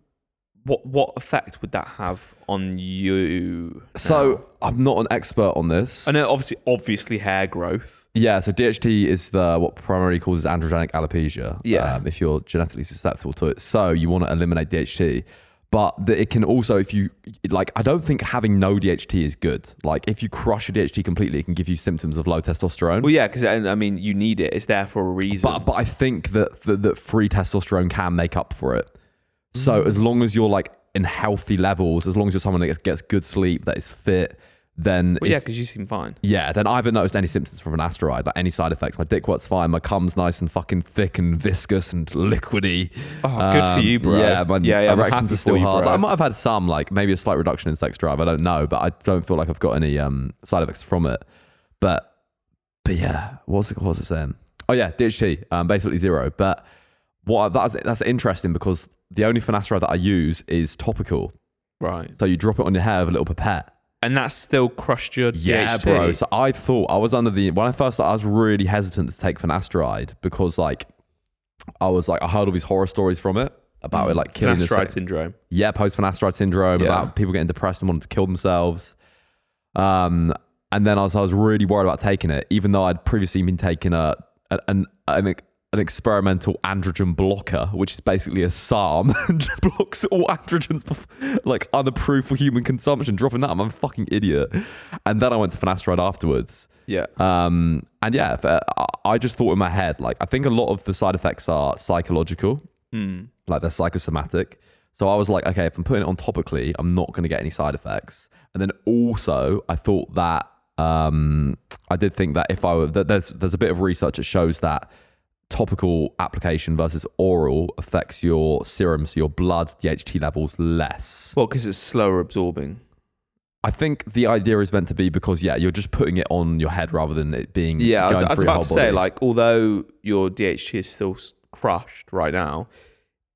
what what effect would that have on you? So I'm not an expert on this. I know obviously obviously hair growth. Yeah, so DHT is the what primarily causes androgenic alopecia. Yeah. um, if you're genetically susceptible to it, so you want to eliminate DHT, but the, it can also, if you like, I don't think having no DHT is good. Like, if you crush your DHT completely, it can give you symptoms of low testosterone. Well, yeah, because I, I mean you need it. It's there for a reason. but but I think that, that that free testosterone can make up for it. So Mm. as long as you're like in healthy levels, as long as you're someone that gets, gets good sleep, that is fit, then Well, if- yeah, because you seem fine. Yeah, then I haven't noticed any symptoms from an asteroid, like any side effects. My dick works fine, my cum's nice and fucking thick and viscous and liquidy. Um, Oh, good for you, bro. Yeah, my Yeah, yeah, I'm erections happy are still for you, hard. bro. I might have had some, like maybe a slight reduction in sex drive. I don't know, but I don't feel like I've got any um, side effects from it. But but yeah, what's it, what's it saying? Oh yeah, DHT, um, basically zero. But what that's that's interesting because the only finasteride that I use is topical. Right, So you drop it on your hair with a little pipette. and that's still crushed your Yeah, DHT. bro. So I thought I was under the when I first I was really hesitant to take finasteride because like I was like I heard all these horror stories from it about it like killing the Finasteride syndrome. yeah post finasteride syndrome Yeah. about people getting depressed and wanting to kill themselves. Um, and then I was I was really worried about taking it, even though I'd previously been taking a an an, an experimental androgen blocker, which is basically a SARM *laughs* and blocks all androgens bef- like unapproved for human consumption. Dropping that, I'm a fucking idiot. And then I went to finasteride afterwards. Yeah. Um, and yeah, if, uh, I- I just thought in my head, like, I think a lot of the side effects are psychological, Hmm. like they're psychosomatic. So I was like, okay, if I'm putting it on topically, I'm not going to get any side effects. And then also, I thought that um, I did think that if I were, that there's there's a bit of research that shows that topical application versus oral affects your serum, so your blood DHT levels less. Well, because it's slower absorbing. I think the idea is meant to be because yeah, you're just putting it on your head rather than it being Yeah, I was, going I was through your about whole to say, body. like, although your DHT is still s- crushed right now,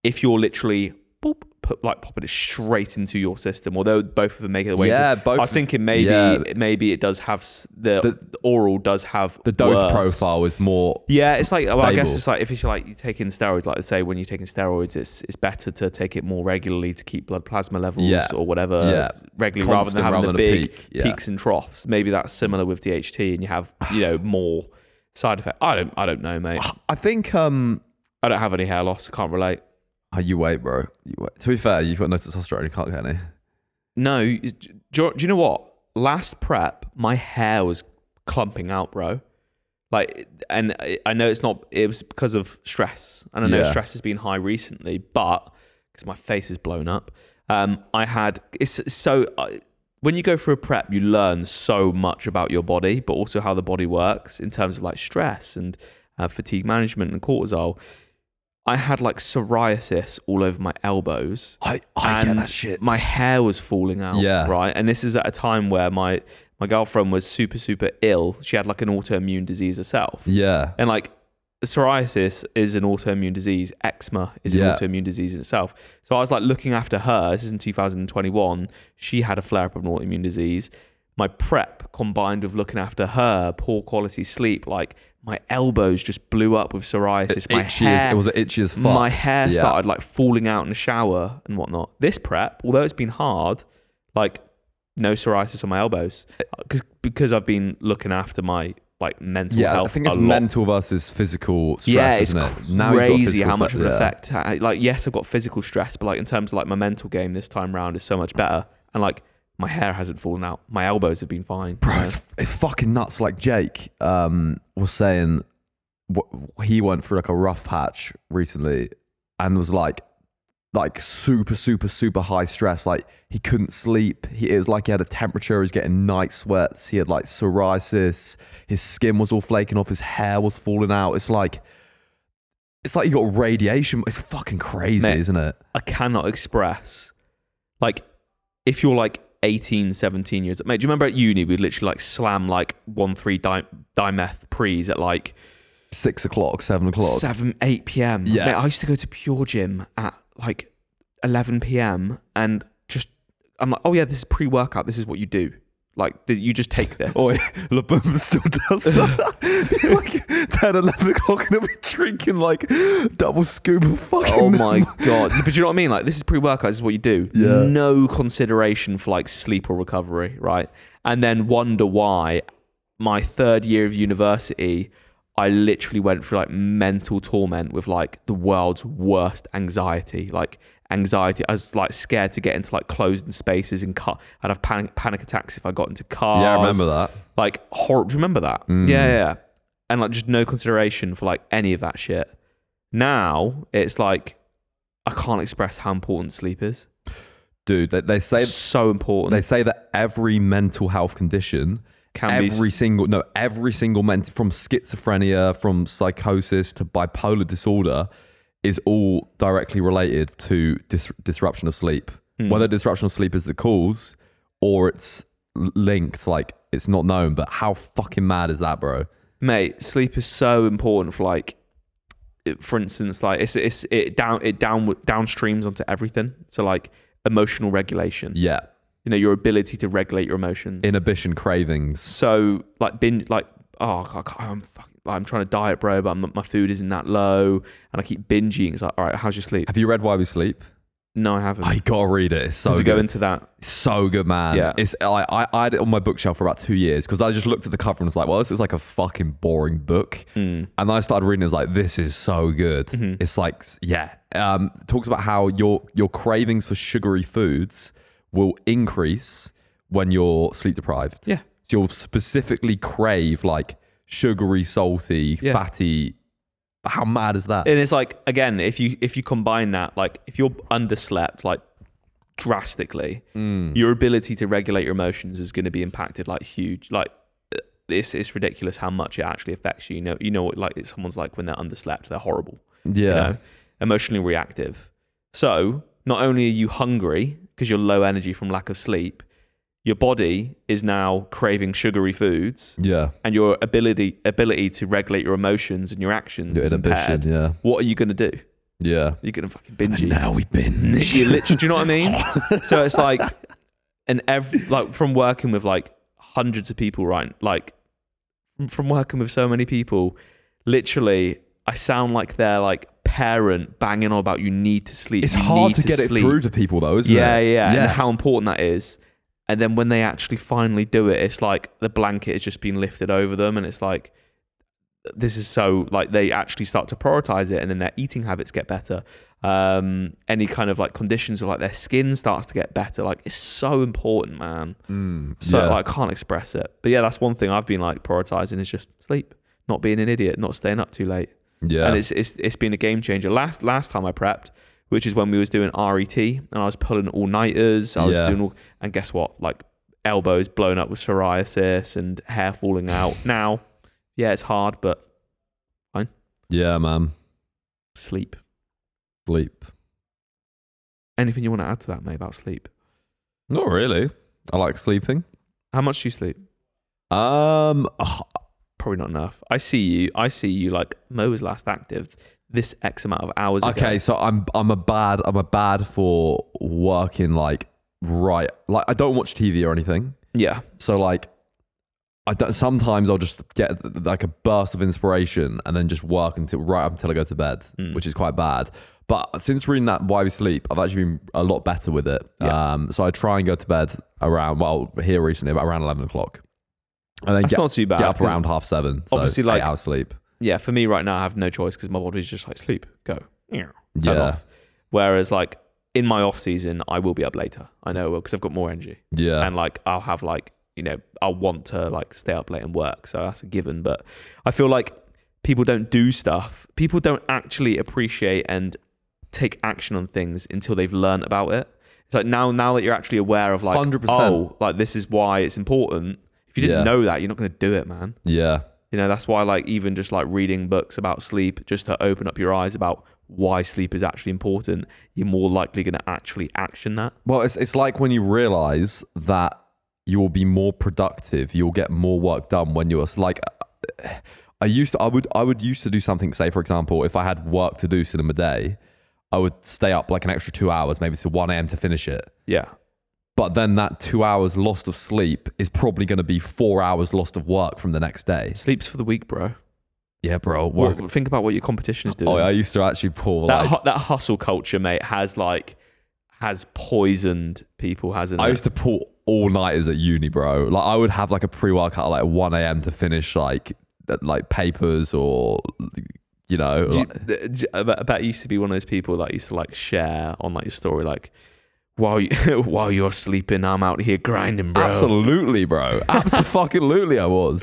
if you're literally boop, put, like popping it straight into your system, although both of them make their way, Yeah, into, both- I was thinking maybe yeah. maybe it does have s- the, The- the oral does have the dose worse. profile is more Yeah, it's like well, I guess Stable. it's like if it's like you're taking steroids, like they say when you're taking steroids, it's it's better to take it more regularly to keep blood plasma levels Yeah. or whatever Yeah. regularly rather than Constant having rather the than a big peak, yeah. peaks and troughs. Maybe that's similar with DHT, and you have you know more side effect. I don't I don't know, mate. i think um I don't have any hair loss. I can't relate. oh, you wait bro you wait. to be fair you've got no testosterone you can't get any No, it's- do, you- do you know what? Last prep, my hair was clumping out, bro. Like, and I- I know it's not. It was because of stress, and I know Yeah. stress has been high recently, but because my face is blown up, um, I had. It's so. I when you go through a prep, you learn so much about your body, but also how the body works in terms of like stress and uh, fatigue management and cortisol. I had like psoriasis all over my elbows i my hair was falling out. Yeah. Right. And this is at a time where my my girlfriend was super super ill. She had like an autoimmune disease herself, yeah and like psoriasis is an autoimmune disease. Eczema is Yeah. an autoimmune disease in itself. So I was like looking after her. This is in 2021. She had a flare up of an autoimmune disease. My prep combined with looking after her, poor quality sleep, like my elbows just blew up with psoriasis. my itchy hair, as, it was itchy as fuck my hair Yeah. started like falling out in the shower and whatnot. This prep, although it's been hard, like no psoriasis on my elbows because because I've been looking after my like mental yeah i health. think it's a lot. mental versus physical stress yeah, it's isn't it you've got crazy physical how much fa- of an yeah. effect. ha- Like yes, I've got physical stress, but like in terms of like my mental game this time round is so much better. And like my hair hasn't fallen out, my elbows have been fine. bro you know? it's, it's fucking nuts like jake um was saying wh- he went through like a rough patch recently and was like like super super super high stress like he couldn't sleep he it was like he had a temperature he was getting night sweats he had like psoriasis his skin was all flaking off his hair was falling out it's like it's like you got radiation it's fucking crazy Mate. isn't it I cannot express. Like, if you're like 18, 17 years. Mate, do you remember at uni we'd literally like slam like one three di- dimeth prees at like Six o'clock, seven o'clock. seven eight p.m. Yeah. Mate, I used to go to Pure Gym at like eleven p.m. and just I'm like, oh yeah, this is pre-workout. This is what you do. Like th- you just take this. Oi, La Bumba still does *laughs* that. like 10, 11 o'clock, and he'll be drinking like double scoop of fucking. Oh my *laughs* god! But you know what I mean? Like this is pre-workout. This is what you do. Yeah. No consideration for like sleep or recovery, right? And then wonder why my third year of university, I literally went through like mental torment with like the world's worst anxiety, like anxiety. I was like scared to get into like closed spaces and car. I'd have panic panic attacks if I got into cars. Yeah, I remember that. Like horrible. Do you remember that? Mm. Yeah, yeah, yeah. And like just no consideration for like any of that shit. Now it's like I can't express how important sleep is. Dude, they, they say It's so important. they say that every mental health condition Can be s- every single no every single mental from schizophrenia from psychosis to bipolar disorder is all directly related to dis- disruption of sleep Hmm. whether disruption of sleep is the cause or it's l- linked like it's not known but how fucking mad is that bro mate sleep is so important for like it- for instance like it's it's it down it down downstreams onto everything so like emotional regulation yeah you know your ability to regulate your emotions inhibition cravings so like bin like oh I can't- i'm fucking, like, i'm trying to diet bro but I'm, my food isn't that low and i keep binge eating it's like all right how's your sleep have you read why we sleep no i haven't i gotta read it it's so does it good. go into that So good, man. Yeah. It's I, I I had it on my bookshelf for about two years because I just looked at the cover and was like, well, this is like a fucking boring book. Hmm. And then I started reading. it, I was like, this is so good. It's like, yeah. Um, it talks about how your your cravings for sugary foods will increase when you're sleep deprived. Yeah. So you'll specifically crave like sugary, salty, Yeah. fatty. How mad is that? and it's like again if you if you combine that like if you're underslept like drastically your ability to regulate your emotions is going to be impacted like huge like uh, it's, it's ridiculous how much it actually affects you you know you know what like it's someone's like when they're underslept they're horrible yeah. you know emotionally reactive so not only are you hungry because you're low energy from lack of sleep your body is now craving sugary foods Yeah. and your ability ability to regulate your emotions and your actions Your is impaired inhibition. Yeah. what are you going to do Yeah. you're gonna fucking binge eat. Now we binge. You literally, do you know what I mean? *laughs* so it's like, and every like from working with like hundreds of people, right? Like from working with so many people, literally, I sound like they're like parent banging on about you need to sleep. It's you hard need to get sleep. it through to people though, isn't Yeah, it? yeah, yeah. and how important that is. And then when they actually finally do it, it's like the blanket has just been lifted over them, and it's like this is so like they actually start to prioritize it, and then their eating habits get better. Um, any kind of like conditions of like their skin starts to get better. Like it's so important, man. So Mm, yeah. like, I can't express it. But yeah, that's one thing I've been like prioritizing is just sleep, not being an idiot, not staying up too late yeah. and it's, it's it's been a game changer. Last last time I prepped, which is when we was doing RET, and I was pulling all nighters. I was Yeah. doing all, and guess what? Like elbows blown up with psoriasis and hair falling out. *laughs* now, yeah, it's hard, but yeah, man. sleep. Sleep. Anything you want to add to that, mate, about sleep? Not really. I like sleeping. How much do you sleep? Um, oh, Probably not enough. I see you. I see you. Like Mo was last active this X amount of hours ago. okay. So I'm I'm a bad I'm a bad for working like right. Like I don't watch TV or anything. Yeah. So like, I don't, sometimes I'll just get like a burst of inspiration and then just work until right up until I go to bed, Hmm. Mm. which is uh, quite bad. But since reading that Why We Sleep, I've actually been a lot better with it. Yeah. Um, so I try and go to bed around well here recently about around eleven o'clock, and then That's get, not too bad. get up 'cause- around half seven. So obviously, like- eight hours sleep. yeah, for me right now, I have no choice because my body's just like sleep, go, yeah, turn Yeah. off. Whereas like in my off season, I will be up later. I know because I've got more energy, Yeah, and like I'll have like you know I'll want to like stay up late and work, so that's a given. But I feel like people don't do stuff. People don't actually appreciate and take action on things until they've learned about it. It's like now, now that you're actually aware of like, 100%. oh, like this is why it's important. If you didn't Yeah. know that, you're not going to do it, man. yeah. You know, that's why like even just like reading books about sleep, just to open up your eyes about why sleep is actually important, you're more likely going to actually action that. Well, it's it's like when you realize that you will be more productive, you'll get more work done when you're like. I used to, I would I would used to do something. Say, for example, if I had work to do cinema day, I would stay up like an extra two hours, maybe to one a.m. to finish it. Yeah. But then that two hours lost of sleep is probably going to be four hours lost of work from the next day. Sleeps for the week, bro. Yeah, bro. Work. Well, think about what your competition is doing. Oh, yeah, I used to actually pull. that Like, hu- that hustle culture, mate, has like has poisoned people, hasn't I it? used to pull all nighters at uni, bro. Like I would have like a pre workout at like one a.m. to finish like th- like papers or you know. Do you- like- d- d- I bet I bet you used to be one of those people that used to like share on like your story, like while you, *laughs* while you're sleeping, I'm out here grinding, bro. Absolutely, bro. Absolutely, I was.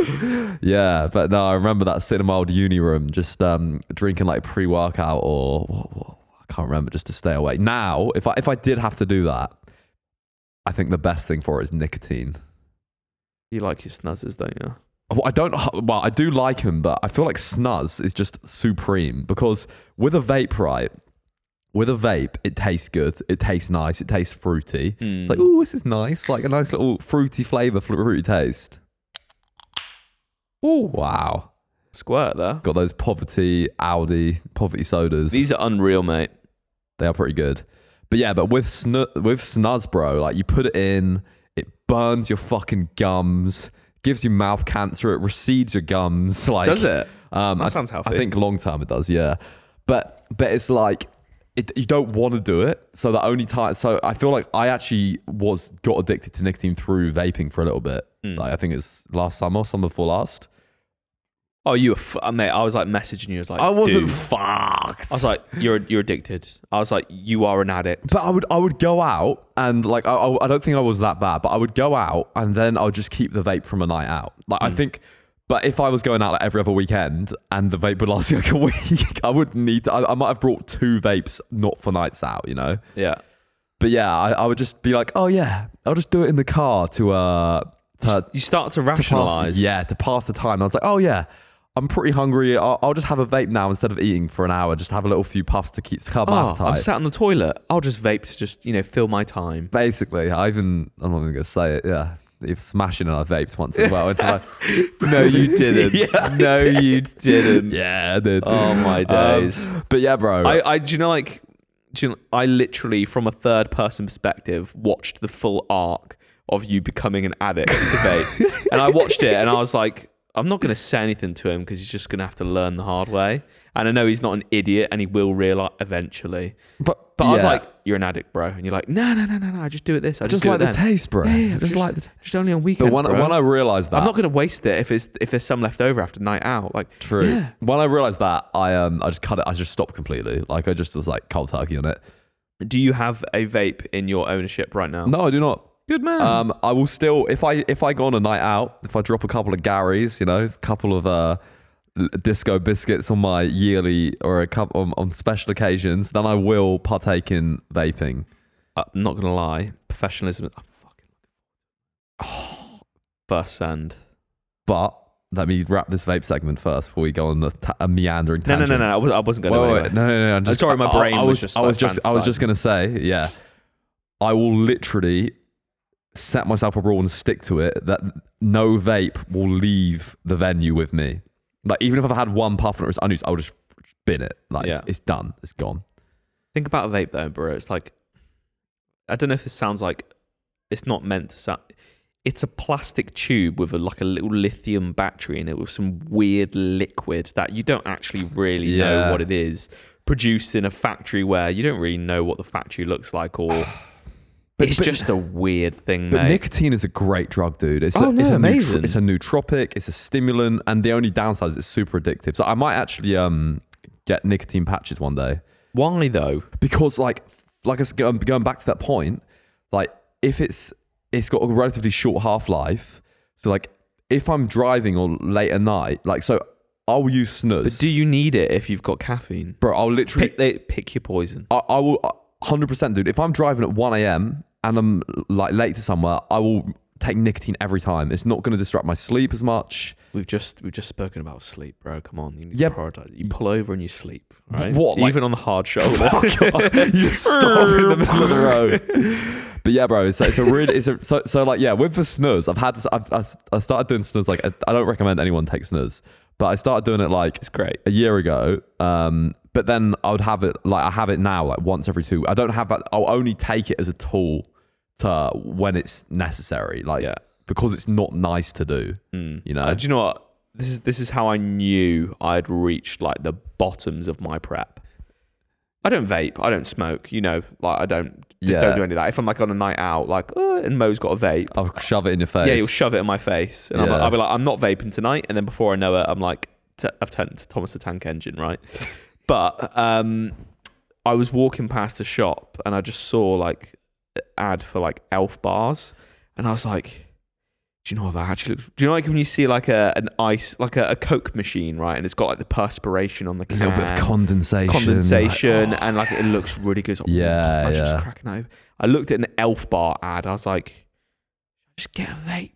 Yeah, but no, I remember that sitting in my old uni room, just um, drinking like pre-workout or what, what, I can't remember, just to stay awake. Now, if I if I did have to do that, I think the best thing for it is nicotine. You like your snuzzers, don't you? Well, I don't. Well, I do like him, but I feel like Snuzz is just supreme because with a vape, right? With a vape, it tastes good. It tastes nice. It tastes fruity. It's like, oh, this is nice. Like a nice little fruity flavor, fruity taste. Oh wow! Squirt there. Got those poverty Audi poverty sodas. These are unreal, mate. They are pretty good. But yeah, but with snu- with snuzz, bro, like you put it in, it burns your fucking gums, gives you mouth cancer, it recedes your gums. *laughs* Like Does it? Um, That I, sounds healthy. I think long term it does, yeah. But but it's like it, you don't want to do it. So the only time, so I feel like I actually was got addicted to nicotine through vaping for a little bit. Mm. Like I think it's last summer, summer before last. Oh, you were f- uh, mate. I was like messaging you. I was like, I wasn't dude. fucked. I was like, you're you're addicted. I was like, you are an addict. But I would I would go out and like I, I I don't think I was that bad, but I would go out and then I would just keep the vape from a night out. Like Hmm. I think, but if I was going out like every other weekend and the vape would last *laughs* like a week, I would need to. I, I might have brought two vapes not for nights out, you know. Yeah. But yeah, I, I would just be like, oh yeah, I'll just do it in the car to uh to, you start to to rationalize. pass, yeah to pass the time. I was like, oh yeah. I'm pretty hungry. I'll, I'll just have a vape now instead of eating for an hour. Just have a little few puffs to keep to curb my Oh, appetite. I'm sat on the toilet. I'll just vape to just you know fill my time. basically, I even I'm not even gonna say it. Yeah, you're smashing our vapes once as well. until I- *laughs* no, you *laughs* didn't. no, you didn't. Yeah, I did. Oh my Um, days. but yeah, bro. I, I do you know like do you know, I literally from a third person perspective watched the full arc of you becoming an *laughs* addict to vape, and I watched it and I was like. I'm not going to say anything to him because he's just going to have to learn the hard way. And I know he's not an idiot and he will realize eventually. but But I was yeah, like, you're an addict, bro. And you're like, no, no, no, no, no. I just do it this. I I just, just do like it the then." taste, bro. Yeah, yeah, I just, just like the. just only on weekends. But when, bro. when I realized that, I'm not going to waste it if it's if there's some left over after night out. Like True. Yeah. When I realized that, I um, I just cut it. I just stopped completely. Like I just was like cold turkey on it. Do you have a vape in your ownership right now? No, I do not. Good man. *laughs* Um, I will still if I if I go on a night out, if I drop a couple of Garys, you know, a couple of uh, l- disco biscuits on my yearly or a couple on, on special occasions, then I will partake in vaping. I'm Uh, not gonna lie, professionalism. I'm *sighs* fucking. First sand. But let me wrap this vape segment first before we go on a, ta- a meandering No, no, tangent. no, no. I was- I wasn't going to. Wait, wait, anyway. wait. no, no, no. I'm just, sorry, my I- I- brain I, was was just I was like just, I was just gonna say, yeah. I will literally set myself a rule and stick to it that no vape will leave the venue with me. Like even if I've had one puff and it was unused, I'll just bin it. Like it's, Yeah. it's done. It's gone. Think about a vape though, bro. It's like, I don't know if this sounds like, it's not meant to sound. It's a plastic tube with a, like a little lithium battery in it with some weird liquid that you don't actually really know Yeah. what it is. Produced in a factory where you don't really know what the factory looks like, *sighs* or But- it's but- just a weird thing, But mate. nicotine is a great drug, dude. It's Oh, a, no, it's, a amazing. neutro- it's a nootropic. It's a stimulant, and the only downside is it's super addictive. So I might actually um get nicotine patches one day. Why though? because like like it's going, going back to that point like if it's it's got a relatively short half-life so like if i'm driving or late at night like so i'll use snus But do you need it if you've got caffeine? bro i'll literally Pick, they, pick your poison. I, I will uh, 100% dude if i'm driving at 1am and i'm like late to somewhere i will take nicotine every time it's not going to disrupt my sleep as much We've just we've just spoken about sleep, bro. Come on, you need Yeah. to prioritize. You pull over and you sleep, right? What, like- Even on the *laughs* hard shoulder. *laughs* you stop in the middle of the road. But yeah, bro, it's, it's a really, it's a, so, so like, yeah, with the snus, I've had this, I've, I s- I started doing snus, like, I, I don't recommend anyone take snus, but I started doing it like it's great. a year ago. Um, but then I would have it, like, I have it now, like, once every two. I don't have that, I'll only take it as a tool to when it's necessary, like, Yeah. because it's not nice to do, you know? Uh, do you know what? This is this is how I knew I'd reached like the bottoms of my prep. I don't vape. I don't smoke. You know, like I don't Yeah. don't do any of that. If I'm like on a night out, like uh, and Mo's got a vape, I'll shove it in your face. yeah, you'll shove it in my face, and I'm like, Yeah. I'll be like, I'm not vaping tonight. And then before I know it, I'm like, t- I've turned into Thomas the Tank Engine, *laughs* right? but um, I was walking past a shop and I just saw like an ad for like Elf bars, and I was like. Do you know what that actually looks? Do you know like when you see like a an ice like a, a Coke machine, right? And it's got like the perspiration on the a can, little bit of condensation. like, oh. condensation, and like it looks really good. It's like, Yeah, I was just yeah. cracking over. I looked at an Elf bar ad. I was like, just get a vape.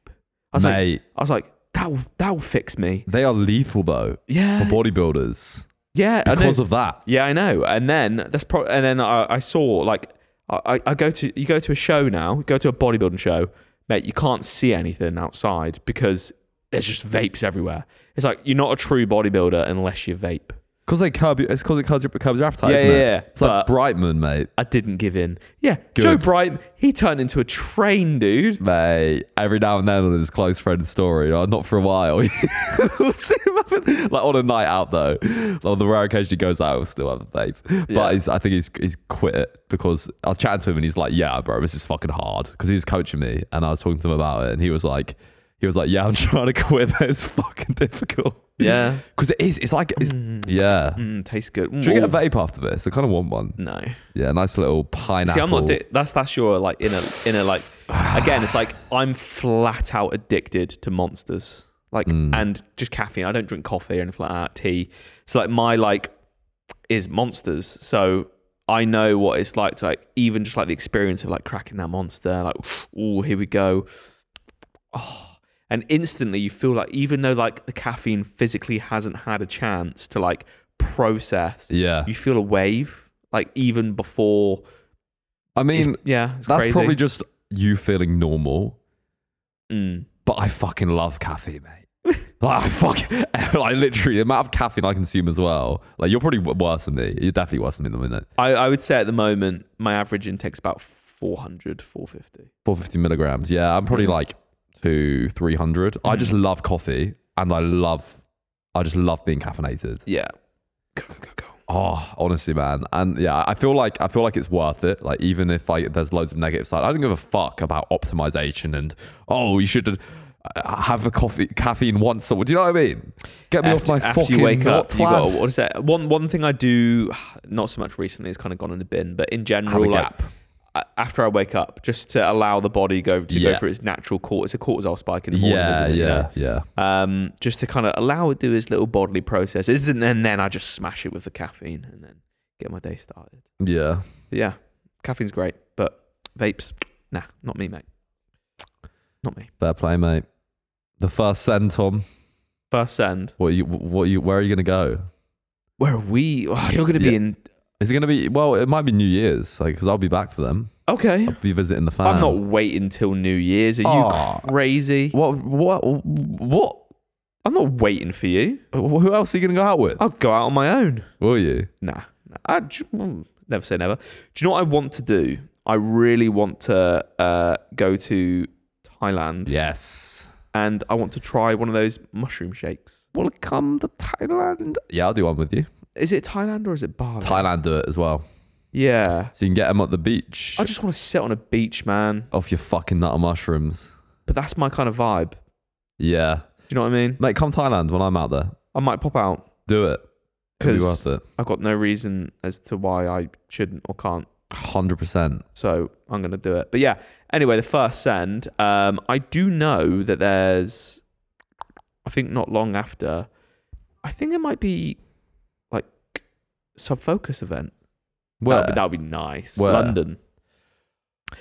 I was like, Mate, I was like, that will that will fix me. they are lethal though for Yeah, bodybuilders yeah. I know. because of that. Yeah, I know. And then that's pro- and then I, I saw like I, I- I go to you go to a show now, you go to a bodybuilding show, mate. You can't see anything outside because there's just vapes everywhere. It's like you're not a true bodybuilder unless you vape. Because they curb you, it's because it curbs your, curbs your appetite, Yeah, isn't yeah, it? yeah. It's like But- Brightman, mate. I didn't give in. Yeah, Joe Good. Bright, he turned into a train dude. Mate, every now and then on his close friend's story, uh, not for a while. *laughs* we'll see him having, like on a night out though. On the rare occasion he goes out, he'll still have a vape. But Yeah. he's, I think he's he's quit it because I was chatting to him and he's like, "Yeah, bro, this is fucking hard." Because he was coaching me and I was talking to him about it and he was like, he was like, "Yeah, I'm *laughs* trying to quit, but it's fucking difficult." Yeah, Because it is. It's like, it's, yeah. mm, tastes good. Do you get a Ooh. vape after this? I kind of want one. No. Yeah, nice little pineapple. See, I'm not. Di- that's that's your like inner inner like. Again, it's like I'm flat out addicted to monsters, like and just caffeine. I don't drink coffee or anything like that. Tea. So like my like is monsters. So I know what it's like to like even just like the experience of like cracking that monster. Like, *sighs* oh, here we go. *sighs* Oh, and instantly you feel like even though like the caffeine physically hasn't had a chance to like process, Yeah, you feel a wave. Like even before I mean, it's- yeah, it's that's crazy. probably just you feeling normal. Mm. But I fucking love caffeine, *laughs* mate. like I fucking *laughs* like literally the amount of caffeine I consume as well. Like you're probably w- worse than me. You're definitely worse than me at the minute. I, I would say at the moment my average intake's about 400, 450. 450 milligrams. Yeah, I'm probably Mm. like two, three hundred. I just love coffee and I love, I just love being caffeinated. Yeah. Go go go go. Oh, honestly, man, and yeah, I feel like I feel like it's worth it. Like even if like there's loads of negative side, I don't give a fuck about optimization and oh, you should uh, have a coffee caffeine once. Or, do you know what I mean? Get me After, off my after fucking you wake up, nut, you got lad. what is that? One one thing I do, *sighs* not so much recently, it's kind of gone in the bin, but in Have general, a like gap. a- after I wake up, just to allow the body go to Yeah. go through its natural cort. It's a cortisol spike in the morning, Yeah, isn't it? you know? yeah, yeah. Um, just to kind of allow it to do its little bodily processes, and then then I just smash it with the caffeine and then get my day started. Yeah. But yeah, caffeine's great, but vapes, nah, not me, mate. Not me. Fair play, mate. The first send, Tom. First send. What you? What you? Where are you gonna go? Where are we? *laughs* Oh, you're going to be Yeah. in. Is it gonna be? Well, it might be New Year's, like because I'll be back for them. Okay. I'll be visiting the fam. I'm not waiting till New Year's. Are you Aw. crazy? What? What? What? I'm not waiting for you. Who else are you gonna go out with? I'll go out on my own. Will you? Nah. nah. I j- mm, never say never. Do you know what I want to do? I really want to uh, go to Thailand Yes. and I want to try one of those mushroom shakes. Welcome to Thailand. Yeah, I'll do one with you. Is it Thailand or is it Bali? Thailand do it as well. Yeah. So you can get them at the beach I just want to sit on a beach, man. off your fucking nut of mushrooms. But that's my kind of vibe. Do Yeah. you know what I mean? Mate, come Thailand when I'm out there. I might pop out Do it. It'll be because worth it. I've got no reason as to why I shouldn't or can't. 100%. So I'm going to do it. But yeah, anyway, the first send, um, I do know that there's, I think not long after, I think it might be like Sub Focus event. Where? That would be, that would be nice. Where? London.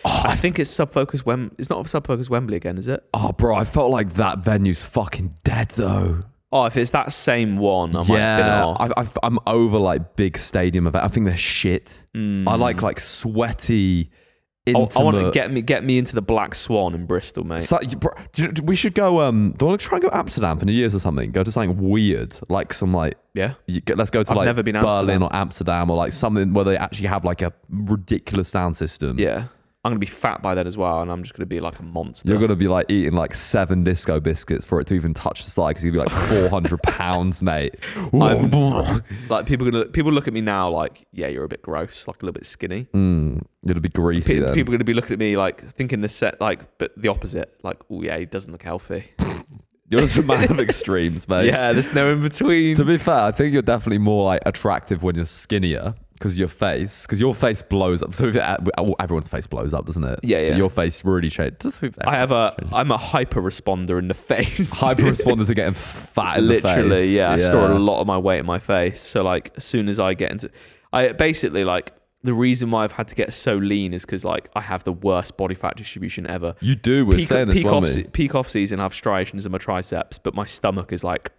Oh, I think it's Sub Focus Wem. It's not Sub Focus Wembley again, is it? oh, bro, I felt like that venue's fucking dead though. Oh, if it's that same one, I might have been yeah, off. I, I, I'm over like big stadium event. I think they're shit. I like like sweaty, Hmm. I, intimate. want to get me get me into the Black Swan in Bristol, mate. So, you- bro, do you- we should go. Um, do you want to try and go Amsterdam for New Year's or something? Go to something weird, like some like yeah. you get, let's go to I've like never been Amsterdam. Berlin or Amsterdam or like something where they actually have like a ridiculous sound system. Yeah. I'm gonna be fat by then as well, and I'm just gonna be like a monster. You're gonna be like eating like seven disco biscuits for it to even touch the side because you'll *laughs* be like 400 pounds, mate. I'm- like people gonna people look at me now like, yeah, you're a bit gross, like a little bit skinny. Mm, it'll be greasy. Pe- then. people are gonna be looking at me like thinking the set like, but the opposite, like, oh yeah, he doesn't look *laughs* healthy. You're just a man *laughs* of extremes, mate. yeah, there's no in between. To be fair, I think you're definitely more like attractive when you're skinnier because your face, because your face blows up. *laughs* So if it, everyone's face blows up, doesn't it? Yeah, yeah. Your face really changes. I have a I'm a hyper responder in the face. *laughs* *laughs* hyper responders are getting fat. In the literally face. yeah, i store a lot of my weight in my face so like as soon as i get into i basically like the reason why i've had to get so lean is because like i have the worst body fat distribution ever You do. We're saying this, peak, off, weren't se- we? peak off season i have striations in my triceps but my stomach is like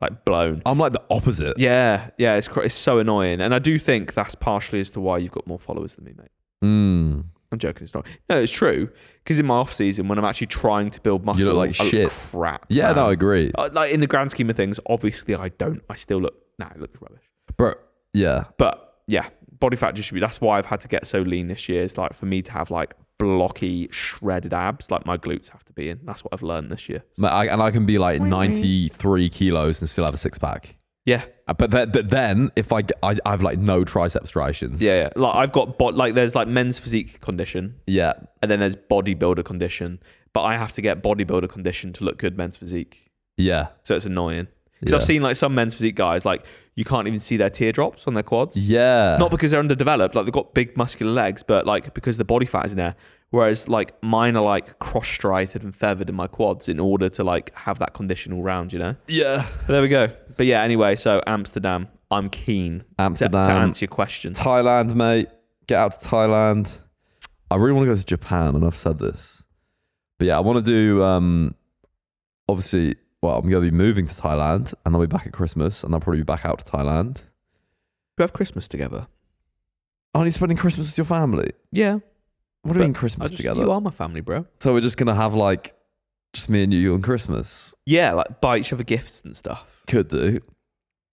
like blown I'm like the opposite. yeah yeah it's cr- it's so annoying and i do think that's partially as to why you've got more followers than me mate Mm. I'm joking. It's not. No, it's true. Because in my off season, when I'm actually trying to build muscle, like I shit. crap. Yeah, man. no, I agree, Uh, like in the grand scheme of things, obviously I don't. I still look nah, it looks rubbish. bro. Yeah, But yeah, body fat distribution. That's why I've had to get so lean this year. Is like for me to have like blocky, shredded abs. Like my glutes have to be in. That's what I've learned this year. Mate, I, and I can be like 93 kilos and still have a six pack. Yeah, Uh, But that, but then if I, get- I I have like no tricep striations. yeah, yeah. Like I've got bod. Like there's like men's physique condition, yeah. and then there's bodybuilder condition. But I have to get bodybuilder condition to look good men's physique. Yeah. So it's annoying. Because I've Yeah. seen like some men's physique guys, like you can't even see their teardrops on their quads. Yeah. not because they're underdeveloped like they've got big muscular legs but like because the body fat is in there whereas like mine are like cross-striated and feathered in my quads in order to like have that condition all round you know yeah. but there we go but yeah anyway so amsterdam i'm keen to- Amsterdam. to, answer your question Thailand, mate. Get out to Thailand. I really want to go to Japan, and I've said this. But yeah, I want to do. Um, obviously, well, I'm going to be moving to Thailand, and I'll be back at Christmas, and I'll probably be back out to Thailand. we have christmas together Aren't you spending Christmas with your family? yeah What do But you mean I Christmas just, together? you are my family bro So we're just gonna have like just me and you on Christmas. yeah like buy each other gifts and stuff Could do.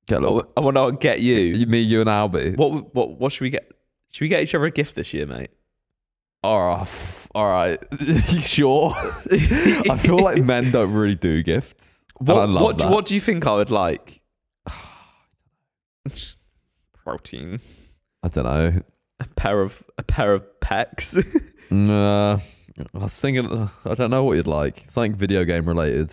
Get a i little. want I wanna get you *laughs* You, me, you, and Albie. what, what what should we get should we get each other a gift this year mate All right, f- all right. *laughs* sure. *laughs* I feel like men don't really do gifts. and *laughs* I What, love what, do- that. what do you think I would like? *sighs* Protein. I don't know. A pair of a pair of pecs. *laughs* Nah, Mm, uh, I was thinking. I don't know what you'd like. Something video game related.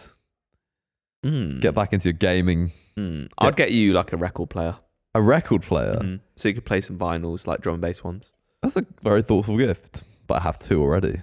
Mm. Get back into your gaming. Mm. I'd get you like a record player, A record player. Mm. so you could play some vinyls, like drum and bass ones. That's a very thoughtful gift. But I have two already.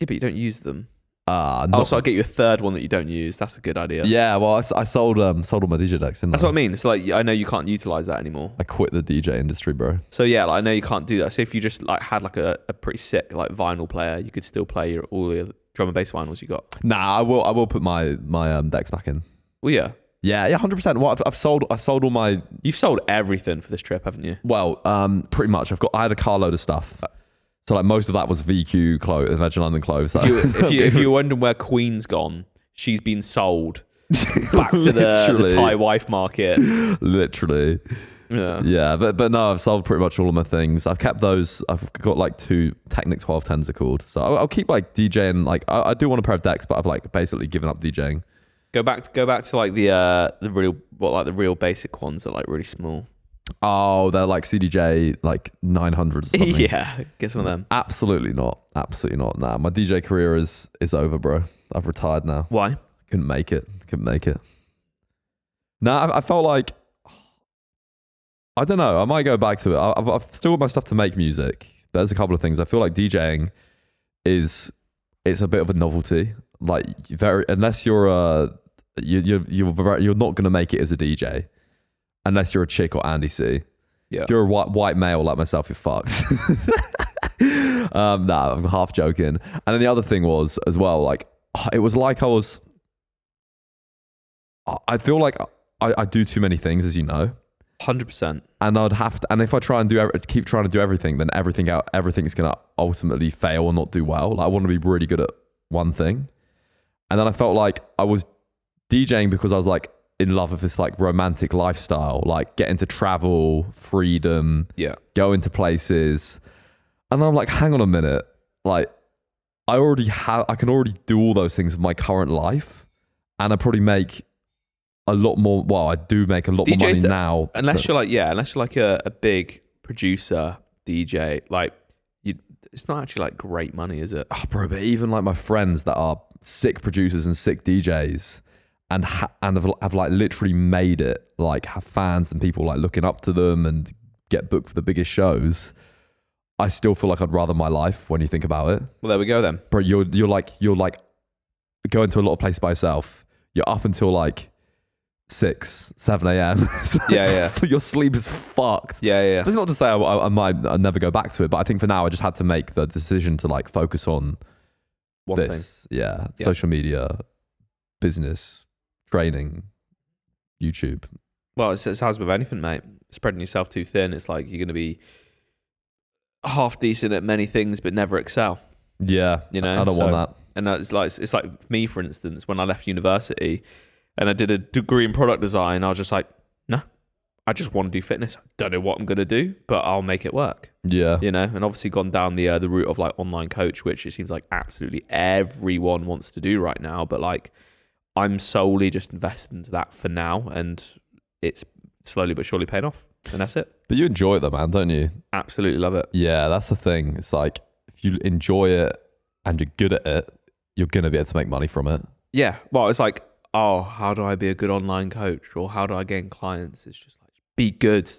Yeah, but you don't use them. Ah, Oh, not- also, I'll get you a third one that you don't use. That's a good idea. yeah. Well, I, s- I sold um sold all my DJ decks. Didn't That's I? what I mean. It's like I know you can't utilize that anymore. I quit the DJ industry, bro. So yeah, like, I know you can't do that. So if you just like had like a, a pretty sick like vinyl player, you could still play your, all the other drum and bass vinyls you got. Nah, I will. I will put my my um decks back in. Well, yeah, Yeah, yeah, hundred percent. Well, I've, I've sold. I sold all my. you've sold everything for this trip, haven't you? Well, um, pretty much. I've got. I had a carload of Uh. stuff. So like most of that was VQ clothes, Legend London clothes. *laughs* So. you- if you if you're wondering where Queen's gone, she's been sold back to the, the Literally. Thai wife market. Literally, Yeah. yeah, but but no, I've sold pretty much all of my things. I've kept those. I've got like two Technic twelve tens are called. So I'll, I'll keep like DJing. Like I, I do want a pair of decks, but I've like basically given up DJing. Go back to go back to like the uh the real what like the real basic ones that are like really small. Oh, they're like CDJ like nine hundreds. *laughs* yeah, get some of them. Absolutely not. Absolutely not. Nah, my DJ career is is over, bro. I've retired now. Why? Couldn't make it. Couldn't make it. Nah, I, I felt like I don't know. I might go back to it. I, I've, I've still got my stuff to make music. There's a couple of things. I feel like DJing is it's a bit of a novelty. Like you very unless you're a you you you're, very, you're not gonna make it as a DJ unless you're a chick or Andy C. Yeah. If you're a white white male like myself, you're fucked. *laughs* Um, nah, I'm half joking. And then the other thing was as well, like it was like I was. I- I feel like I, I do too many things, as you know, Hundred percent. and I'd have to. And if I try and do ev- keep trying to do everything, then everything out everything's gonna ultimately fail or not do well. Like I want to be really good at one thing, and then I felt like I was DJing because I was like in love with this like romantic lifestyle, like getting to travel, freedom, Yeah. go into places and i'm like hang on a minute like i already have i can already do all those things with my current life and i probably make a lot more well i do make a lot DJs more money that- now Unless than- you're like yeah, unless you're like a, a big producer DJ, like you, it's not actually like great money, is it? oh, bro but even like my friends that are sick producers and sick djs and ha- and have, have like literally made it like have fans and people like looking up to them and get booked for the biggest shows i still feel like i'd rather my life when you think about it Well, there we go then. bro, you're you're like you're like going to a lot of places by yourself. You're up until like six, seven a.m. *laughs* So Yeah, yeah. *laughs* Your sleep is fucked. Yeah, yeah. yeah. That's not to say I, I, I might I never go back to it, but I think for now I just had to make the decision to like focus on One thing. this. Yeah, Yeah. social media, business, training, YouTube. Well, it's, it's as with anything, mate. Spreading yourself too thin, it's like you're going to be half decent at many things, but never excel. Yeah, You know, I don't so- want that. And that's like it's like me, for instance, when I left university and I did a degree in product design, I was just like, no, I just want to do fitness. I don't know what I'm going to do, but I'll make it work. Yeah, You know, and obviously gone down the uh, the route of like online coach, which it seems like absolutely everyone wants to do right now. But like, I'm solely just invested into that for now, and it's slowly but surely paying off. And that's it. but you enjoy it though, man, don't you? Absolutely love it. Yeah, that's the thing. It's like if you enjoy it and you're good at it, you're gonna be able to make money from it. Yeah. Well, it's like, oh, how do I be a good online coach, or how do I gain clients? It's just like be good,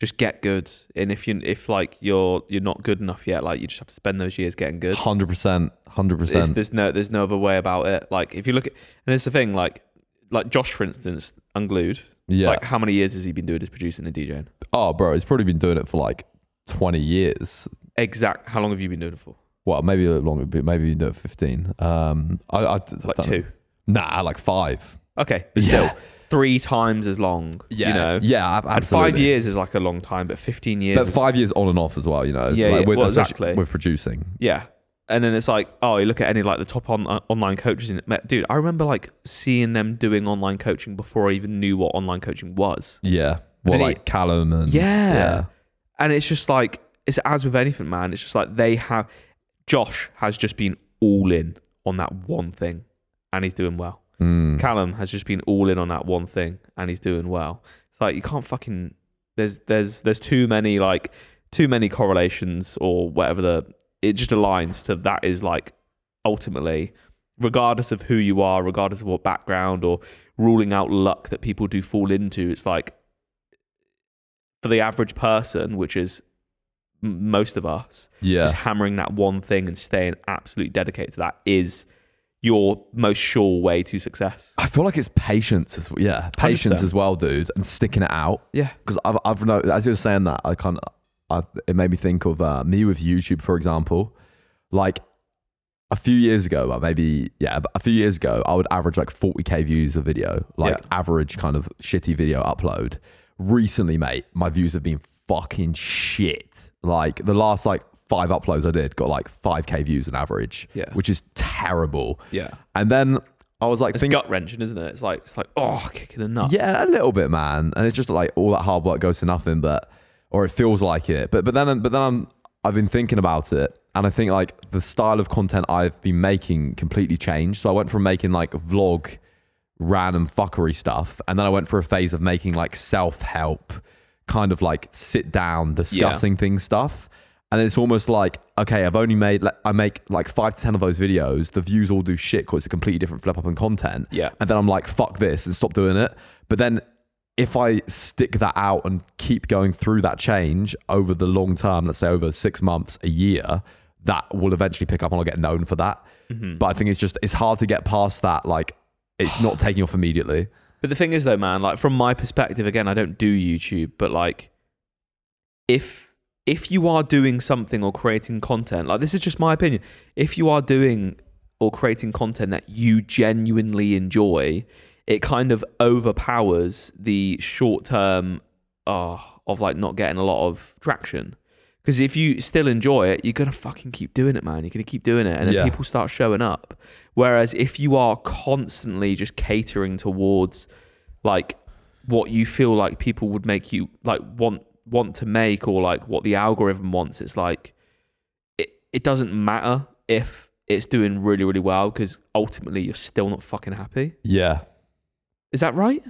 just get good. And if you if like you're you're not good enough yet, like you just have to spend those years getting good. Hundred percent, hundred It's, percent. there's no there's no other way about it. Like if you look at and it's the thing like like Josh for instance, Unglued. Yeah. Like how many years has he been doing his producing and DJing? oh, bro, he's probably been doing it for like twenty years. Exact. How long have you been doing it for? Well, maybe a little longer, but maybe you do it fifteen. Um, I, I Like two. Nah, like five. Okay, but Yeah. still three times as long. you know. yeah, ab- And five absolutely. years is like a long time, but fifteen years. but is- five years on and off as well. You know, Yeah, yeah, With, well, especially exactly. with producing. Yeah. And then it's like, oh, you look at any like the top on, uh, online coaches in it. Dude, I remember like seeing them doing online coaching before I even knew what online coaching was. Yeah, well, then he- like Callum and Yeah. And it's just like, it's as with anything, man. It's just like they have, Josh has just been all in on that one thing and he's doing well. Mm. Callum has just been all in on that one thing and he's doing well. It's like you can't fucking there's there's there's too many like too many correlations or whatever the it just aligns to that is like ultimately regardless of who you are, regardless of what background or ruling out luck that people do fall into, it's like for the average person, which is m- most of us, yeah, just hammering that one thing and staying absolutely dedicated to that is your most sure way to success. I feel like it's patience as well. Yeah, patience 100%. as well, dude, and sticking it out. Yeah. because I've, I've no, as you were saying that, I kind of, I, it made me think of uh, me with YouTube, for example. Like a few years ago, well, maybe, yeah, but a few years ago, I would average like 40K views a video, like Yeah. average kind of shitty video upload. Recently, mate, my views have been fucking shit. Like the last like five uploads I did got like 5K views on average, Yeah. which is terrible. Yeah. And then I was like, It's think- gut wrenching, isn't it? It's like it's like oh, kicking a nut. yeah, a little bit, man. And it's just like all that hard work goes to nothing, but or it feels like it. But but then but then I'm I've been thinking about it, and I think like the style of content I've been making completely changed. So I went from making like vlog, random fuckery stuff, and then I went for a phase of making like self help, kind of like sit down discussing things stuff. And it's almost like okay, I've only made like, I make like five to ten of those videos. The views all do shit because it's a completely different flip up in content Yeah. and then I'm like, fuck this and stop doing it. But then if I stick that out and keep going through that change over the long term, let's say over six months, a year, that will eventually pick up and I'll get known for that. Mm-hmm. But I think it's just, it's hard to get past that. Like, it's *sighs* not taking off immediately. But the thing is though, man, like from my perspective, again, I don't do YouTube, but like if if you are doing something or creating content, like this is just my opinion, if you are doing or creating content that you genuinely enjoy, it kind of overpowers the short term uh, of like not getting a lot of traction. Because if you still enjoy it, you're gonna fucking keep doing it, man. You're gonna keep doing it, and then Yeah. people start showing up. Whereas if you are constantly just catering towards like what you feel like people would make you like want want to make or like what the algorithm wants it's like it, it doesn't matter if it's doing really really well because ultimately you're still not fucking happy Yeah. is that right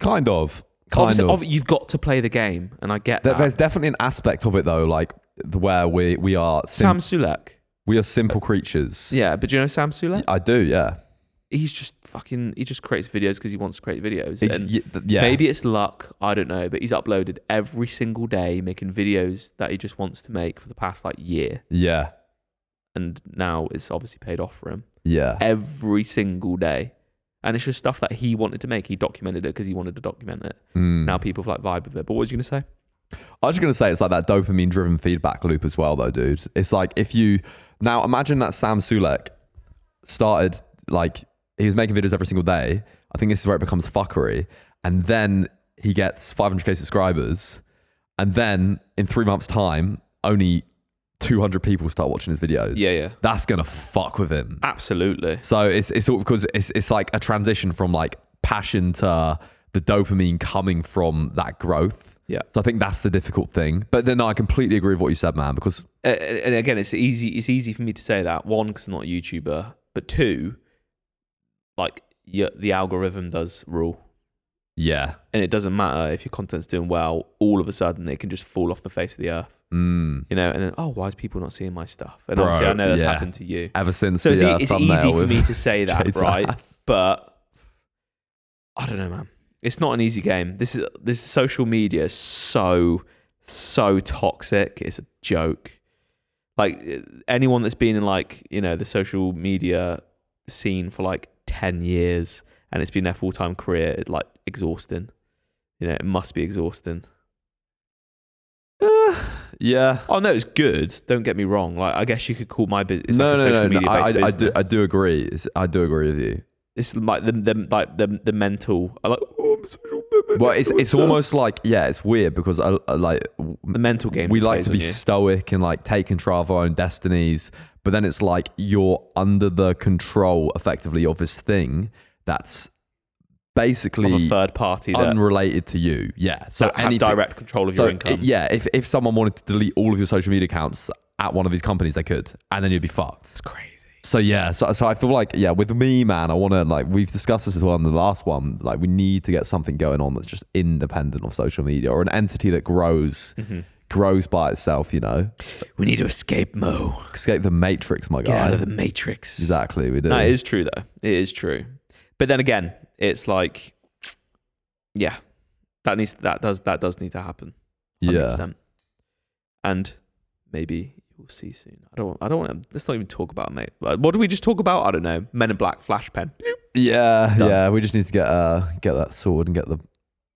Kind of. Kind Obviously- of. obvi- you've got to play the game and i get There- that There's definitely an aspect of it though, like the- where we we are sim- sam sulek we are simple creatures. yeah but do you know sam sulek I do. Yeah. he's just fucking he just creates videos because he wants to create videos Ex- and y- th- yeah. Maybe it's luck, I don't know, but he's uploaded every single day making videos that he just wants to make for the past like year. Yeah. and now it's obviously paid off for him Yeah. every single day. And it's just stuff that he wanted to make. He documented it because he wanted to document it. Mm. Now people like vibe with it. But what was you gonna say? I was just gonna say it's like that dopamine driven feedback loop as well, though, dude. It's like if you now imagine that Sam Sulek started like he was making videos every single day. I think this is where it becomes fuckery, and then he gets 500k subscribers, and then in three months' time, only 200 people start watching his videos. Yeah, yeah. That's gonna fuck with him. Absolutely. So it's it's all because it's it's like a transition from like passion to the dopamine coming from that growth. Yeah. So I think that's the difficult thing. But then I completely agree with what you said, man. Because Uh, and again, it's easy. It's easy for me to say that one because I'm not a YouTuber, but two, like yeah, the algorithm does rule, yeah, and it doesn't matter if your content's doing well. All of a sudden, it can just fall off the face of the earth, mm, you know. And then, oh, why is people not seeing my stuff? And Bro, obviously, I know that's yeah. happened to you. ever since So the, it's, uh, e- it's thumbnail easy for with me to say that, Jade's right? ass. But I don't know, man. It's not an easy game. This is this social media is so so toxic. It's a joke. Like anyone that's been in like you know the social media scene for like ten years and it's been their full time career, it's like exhausting. You know, it must be exhausting. *laughs* Yeah. Oh no, it's good. Don't get me wrong. Like I guess you could call my business. no, like a no, social no, no. media I, I, based I business. do, I do agree. It's- I do agree with you. It's like the the like the the mental. I like oh, I'm social. media Well, it's it's influencer." almost like yeah, it's weird because I, I like the mental game. we like to be stoic and like take control of our own destinies but then it's like you're under the control effectively of this thing that's of a basically third party that, unrelated to you yeah so that have anything- direct control of so your i- income. yeah if, if someone wanted to delete all of your social media accounts at one of these companies they could and then you'd be fucked it's crazy. so yeah so, so i feel like yeah with me man i want to like we've discussed this as well in the last one like we need to get something going on that's just independent of social media or an entity that grows Mm-hmm. grows by itself you know We need to escape Mo. escape the matrix, my Get guy. out of the matrix. exactly, we do. No, it is true though. It is true. But then again, it's like, yeah, that needs that does that does need to happen. yeah, 100%. And maybe we'll see soon. I don't. I don't want. to Let's not even talk about it, mate. What do we just talk about? I don't know. Men in Black, Flash Pen. yeah, Done. yeah. We just need to get uh get that sword and get the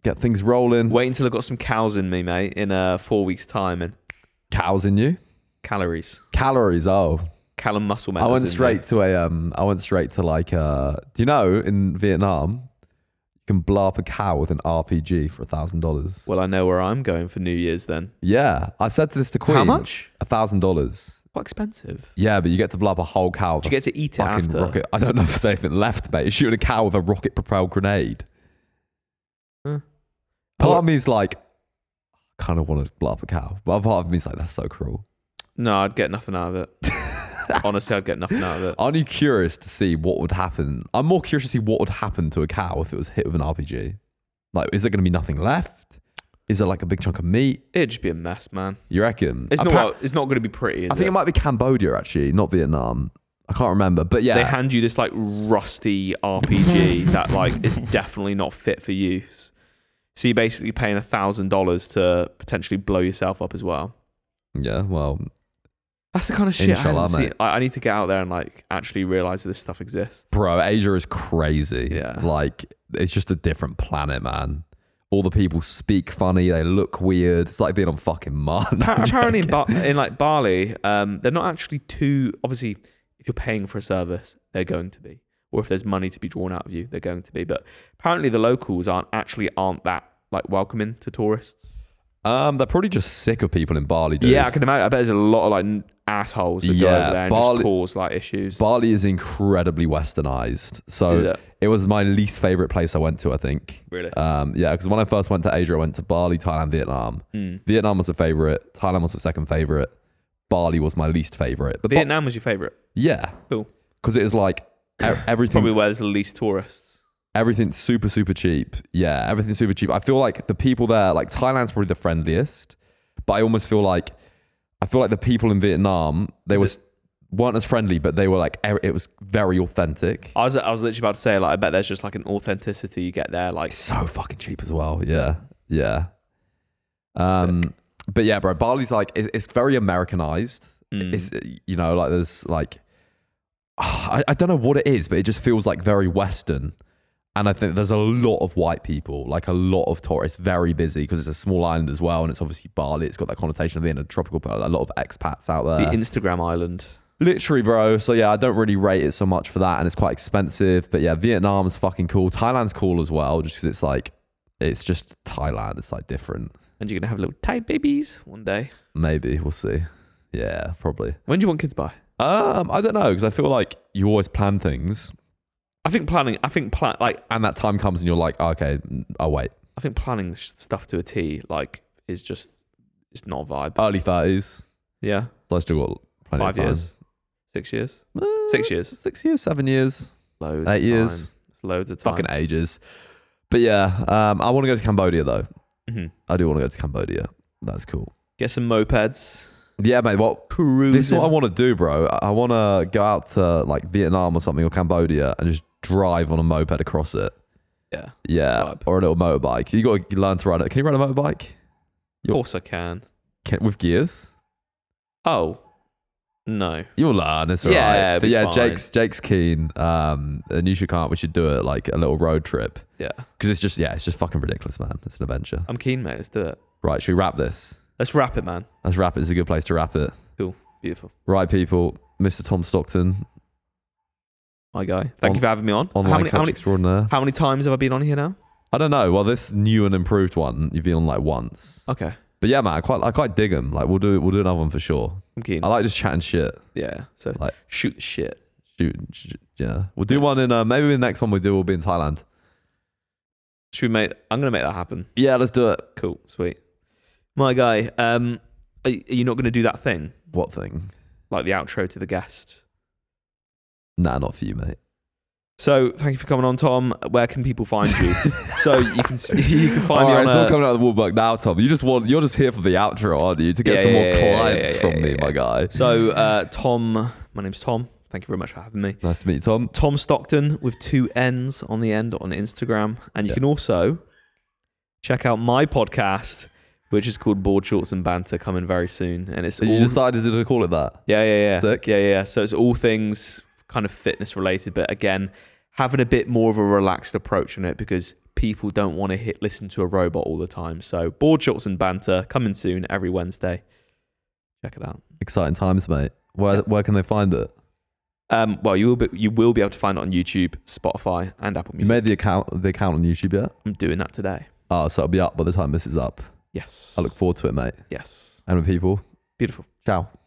get things rolling. Wait until I've got some cows in me, mate, in uh, four weeks' time and Cows in you, calories. calories. Oh, Callum muscle I memory. went straight to a um. I went straight to like uh. Do you know in Vietnam, you can blow up a cow with an RPG for a thousand dollars. Well, I know where I'm going for New Year's then. Yeah, I said to this to Queen. How much? A thousand dollars. Quite expensive. Yeah, but you get to blow up a whole cow. With Do you a get to eat it fucking after? rocket. I don't know if there's anything left, mate. You're shooting a cow with a rocket propelled grenade. Huh. Part Oh. of me is like, I kind of want to blow up a cow. But part of me is like, that's so cruel. No, I'd get nothing out of *laughs* it. Honestly, I'd get nothing out of it. Aren't you curious to see what would happen? I'm more curious to see what would happen to a cow if it was hit with an RPG. Like, is there going to be nothing left? Is there like a big chunk of meat? It'd just be a mess, man. You reckon? It's not. Appar- it's not going to be pretty. Is I think it? it? might be Cambodia, actually, not Vietnam. I can't remember. But yeah. They hand you this like rusty *laughs* RPG that like is definitely not fit for use. So you're basically paying a thousand dollars to potentially blow yourself up as well. yeah, well, That's the kind of shit. I, Inshallah, haven't seen. mate. I, I need to get out there and like actually realize this stuff exists. bro asia is crazy Yeah. like it's just a different planet man All the people speak funny. They look weird. It's like being on fucking *laughs* Martin. Appa- apparently in, ba- in like Bali, um, they're not actually too obviously. If you're paying for a service, they're going to be, or if there's money to be drawn out of you, they're going to be. But apparently, the locals aren't actually aren't that like welcoming to tourists. Um, they're probably just sick of people in Bali. Dude. Yeah, I can imagine. I bet there's a lot of like n- assholes that go Yeah, over there and Bali- just cause like issues. Bali is incredibly westernized. So Is it? was my least favorite place I went to. I think. Really? Um, yeah, because when I first went to Asia, I went to Bali, Thailand, Vietnam. Hmm. Vietnam was a favorite. Thailand was the second favorite. Bali was my least favorite. But Ba- Vietnam was your favorite. yeah, Cool. because it was like e- *coughs* everything Probably where there's the least tourists. everything's super super cheap yeah everything's super cheap i feel like the people there like thailand's probably the friendliest but i almost feel like i feel like the people in vietnam they Is was weren't as friendly but they were like er- it was very authentic I was I was literally about to say like I bet there's just like an authenticity you get there like It's so fucking cheap as well yeah yeah um but yeah bro bali's like it's, it's very americanized mm. it's you know like there's like I, I don't know what it is but it just feels like very western and i think there's a lot of white people like a lot of tourists very busy because it's a small island as well and it's obviously bali it's got that connotation of being a tropical but a lot of expats out the there Instagram island. literally bro so yeah i don't really rate it so much for that and it's quite expensive but yeah vietnam's fucking cool thailand's cool as well just because it's like it's just thailand it's like different And you're gonna have little Thai babies one day. maybe we'll see yeah probably When do you want kids by? um i don't know because i feel like you always plan things I think planning. I think plan like and that time comes and you're like, "Oh, okay, I'll wait. I think planning s- stuff to a T like is just it's not a vibe. Early 30s. yeah, So I still got plenty five of time. years, six years, Uh, six years, Six years, seven years, loads. of eight years. time. It's loads of time. Fucking ages. But yeah, um, I want to go to Cambodia though. Mhm. I do want to go to Cambodia. That's cool. Get some mopeds. Yeah, mate. Well, Cruising. this is what I want to do, bro. I- I want to go out to like Vietnam or something or Cambodia and just drive on a moped across it. yeah, Yeah, Vibe. or a little motorbike. You got to learn to ride it. Can you ride a motorbike of course I can. Can, with gears? Oh no, You'll learn. It's all Yeah, right. it'll But be yeah, fine. Jake's Jake's keen. Um, and you should can't. We should do it like a little road trip yeah, because it's just yeah, it's just fucking ridiculous, man. It's an adventure. I'm keen, mate. Let's do it. Right, should we wrap this? Let's wrap it, man. Let's wrap it. It's a good place to wrap it. Beautiful, Right, people. Mr. Tom Stockton, my guy. Thank On- you for having me on. online how many? coach How many? extraordinaire. How many times have I been on here now? I don't know. Well, this new and improved one you've been on like once, Okay, but yeah, man, I quite I quite dig him. Like we'll do we'll do another one for sure. I'm keen. I like just chatting shit. yeah, so Like- shoot the shit. Shoot, sh- yeah, we'll do one in uh, maybe the next one we do will be in Thailand. Should we make? I'm gonna make that happen. Yeah, let's do it. Cool, sweet. My guy, um, are, are you not going to do that thing What thing? like the outro to the guest? Nah, not for you, mate. *laughs* So, thank you for coming on, Tom. Where can people find *laughs* you? so you can s- you can find All me right, on. it's all uh, coming out of the woodwork now, Tom. You just want you're just here for the outro, aren't you? To get Yeah, some yeah, more yeah, yeah, clients yeah, from yeah, me, yeah. my guy. so, uh, Tom, my name's Tom. Thank you very much for having me. Nice to meet you, Tom. Tom Stockton with two N's on the end on Instagram, and you Yeah. can also check out my podcast, which is called Board Shorts and Banter, coming very soon, and it's You all decided to call it that. Yeah, yeah, yeah. Sick. Yeah, yeah. So it's all things kind of fitness related, but again, having a bit more of a relaxed approach on it because people don't want to hit listen to a robot all the time. So board shorts and banter coming soon every Wednesday. Check it out. Exciting times, mate. Where Yeah. where can they find it? Um, well, you will be you will be able to find it on YouTube, Spotify, and Apple You Music. made the account the account on YouTube yet? I'm doing that today. Oh, so it'll be up by the time this is up. Yes. I look forward to it, mate. Yes. And with people, Beautiful. ciao.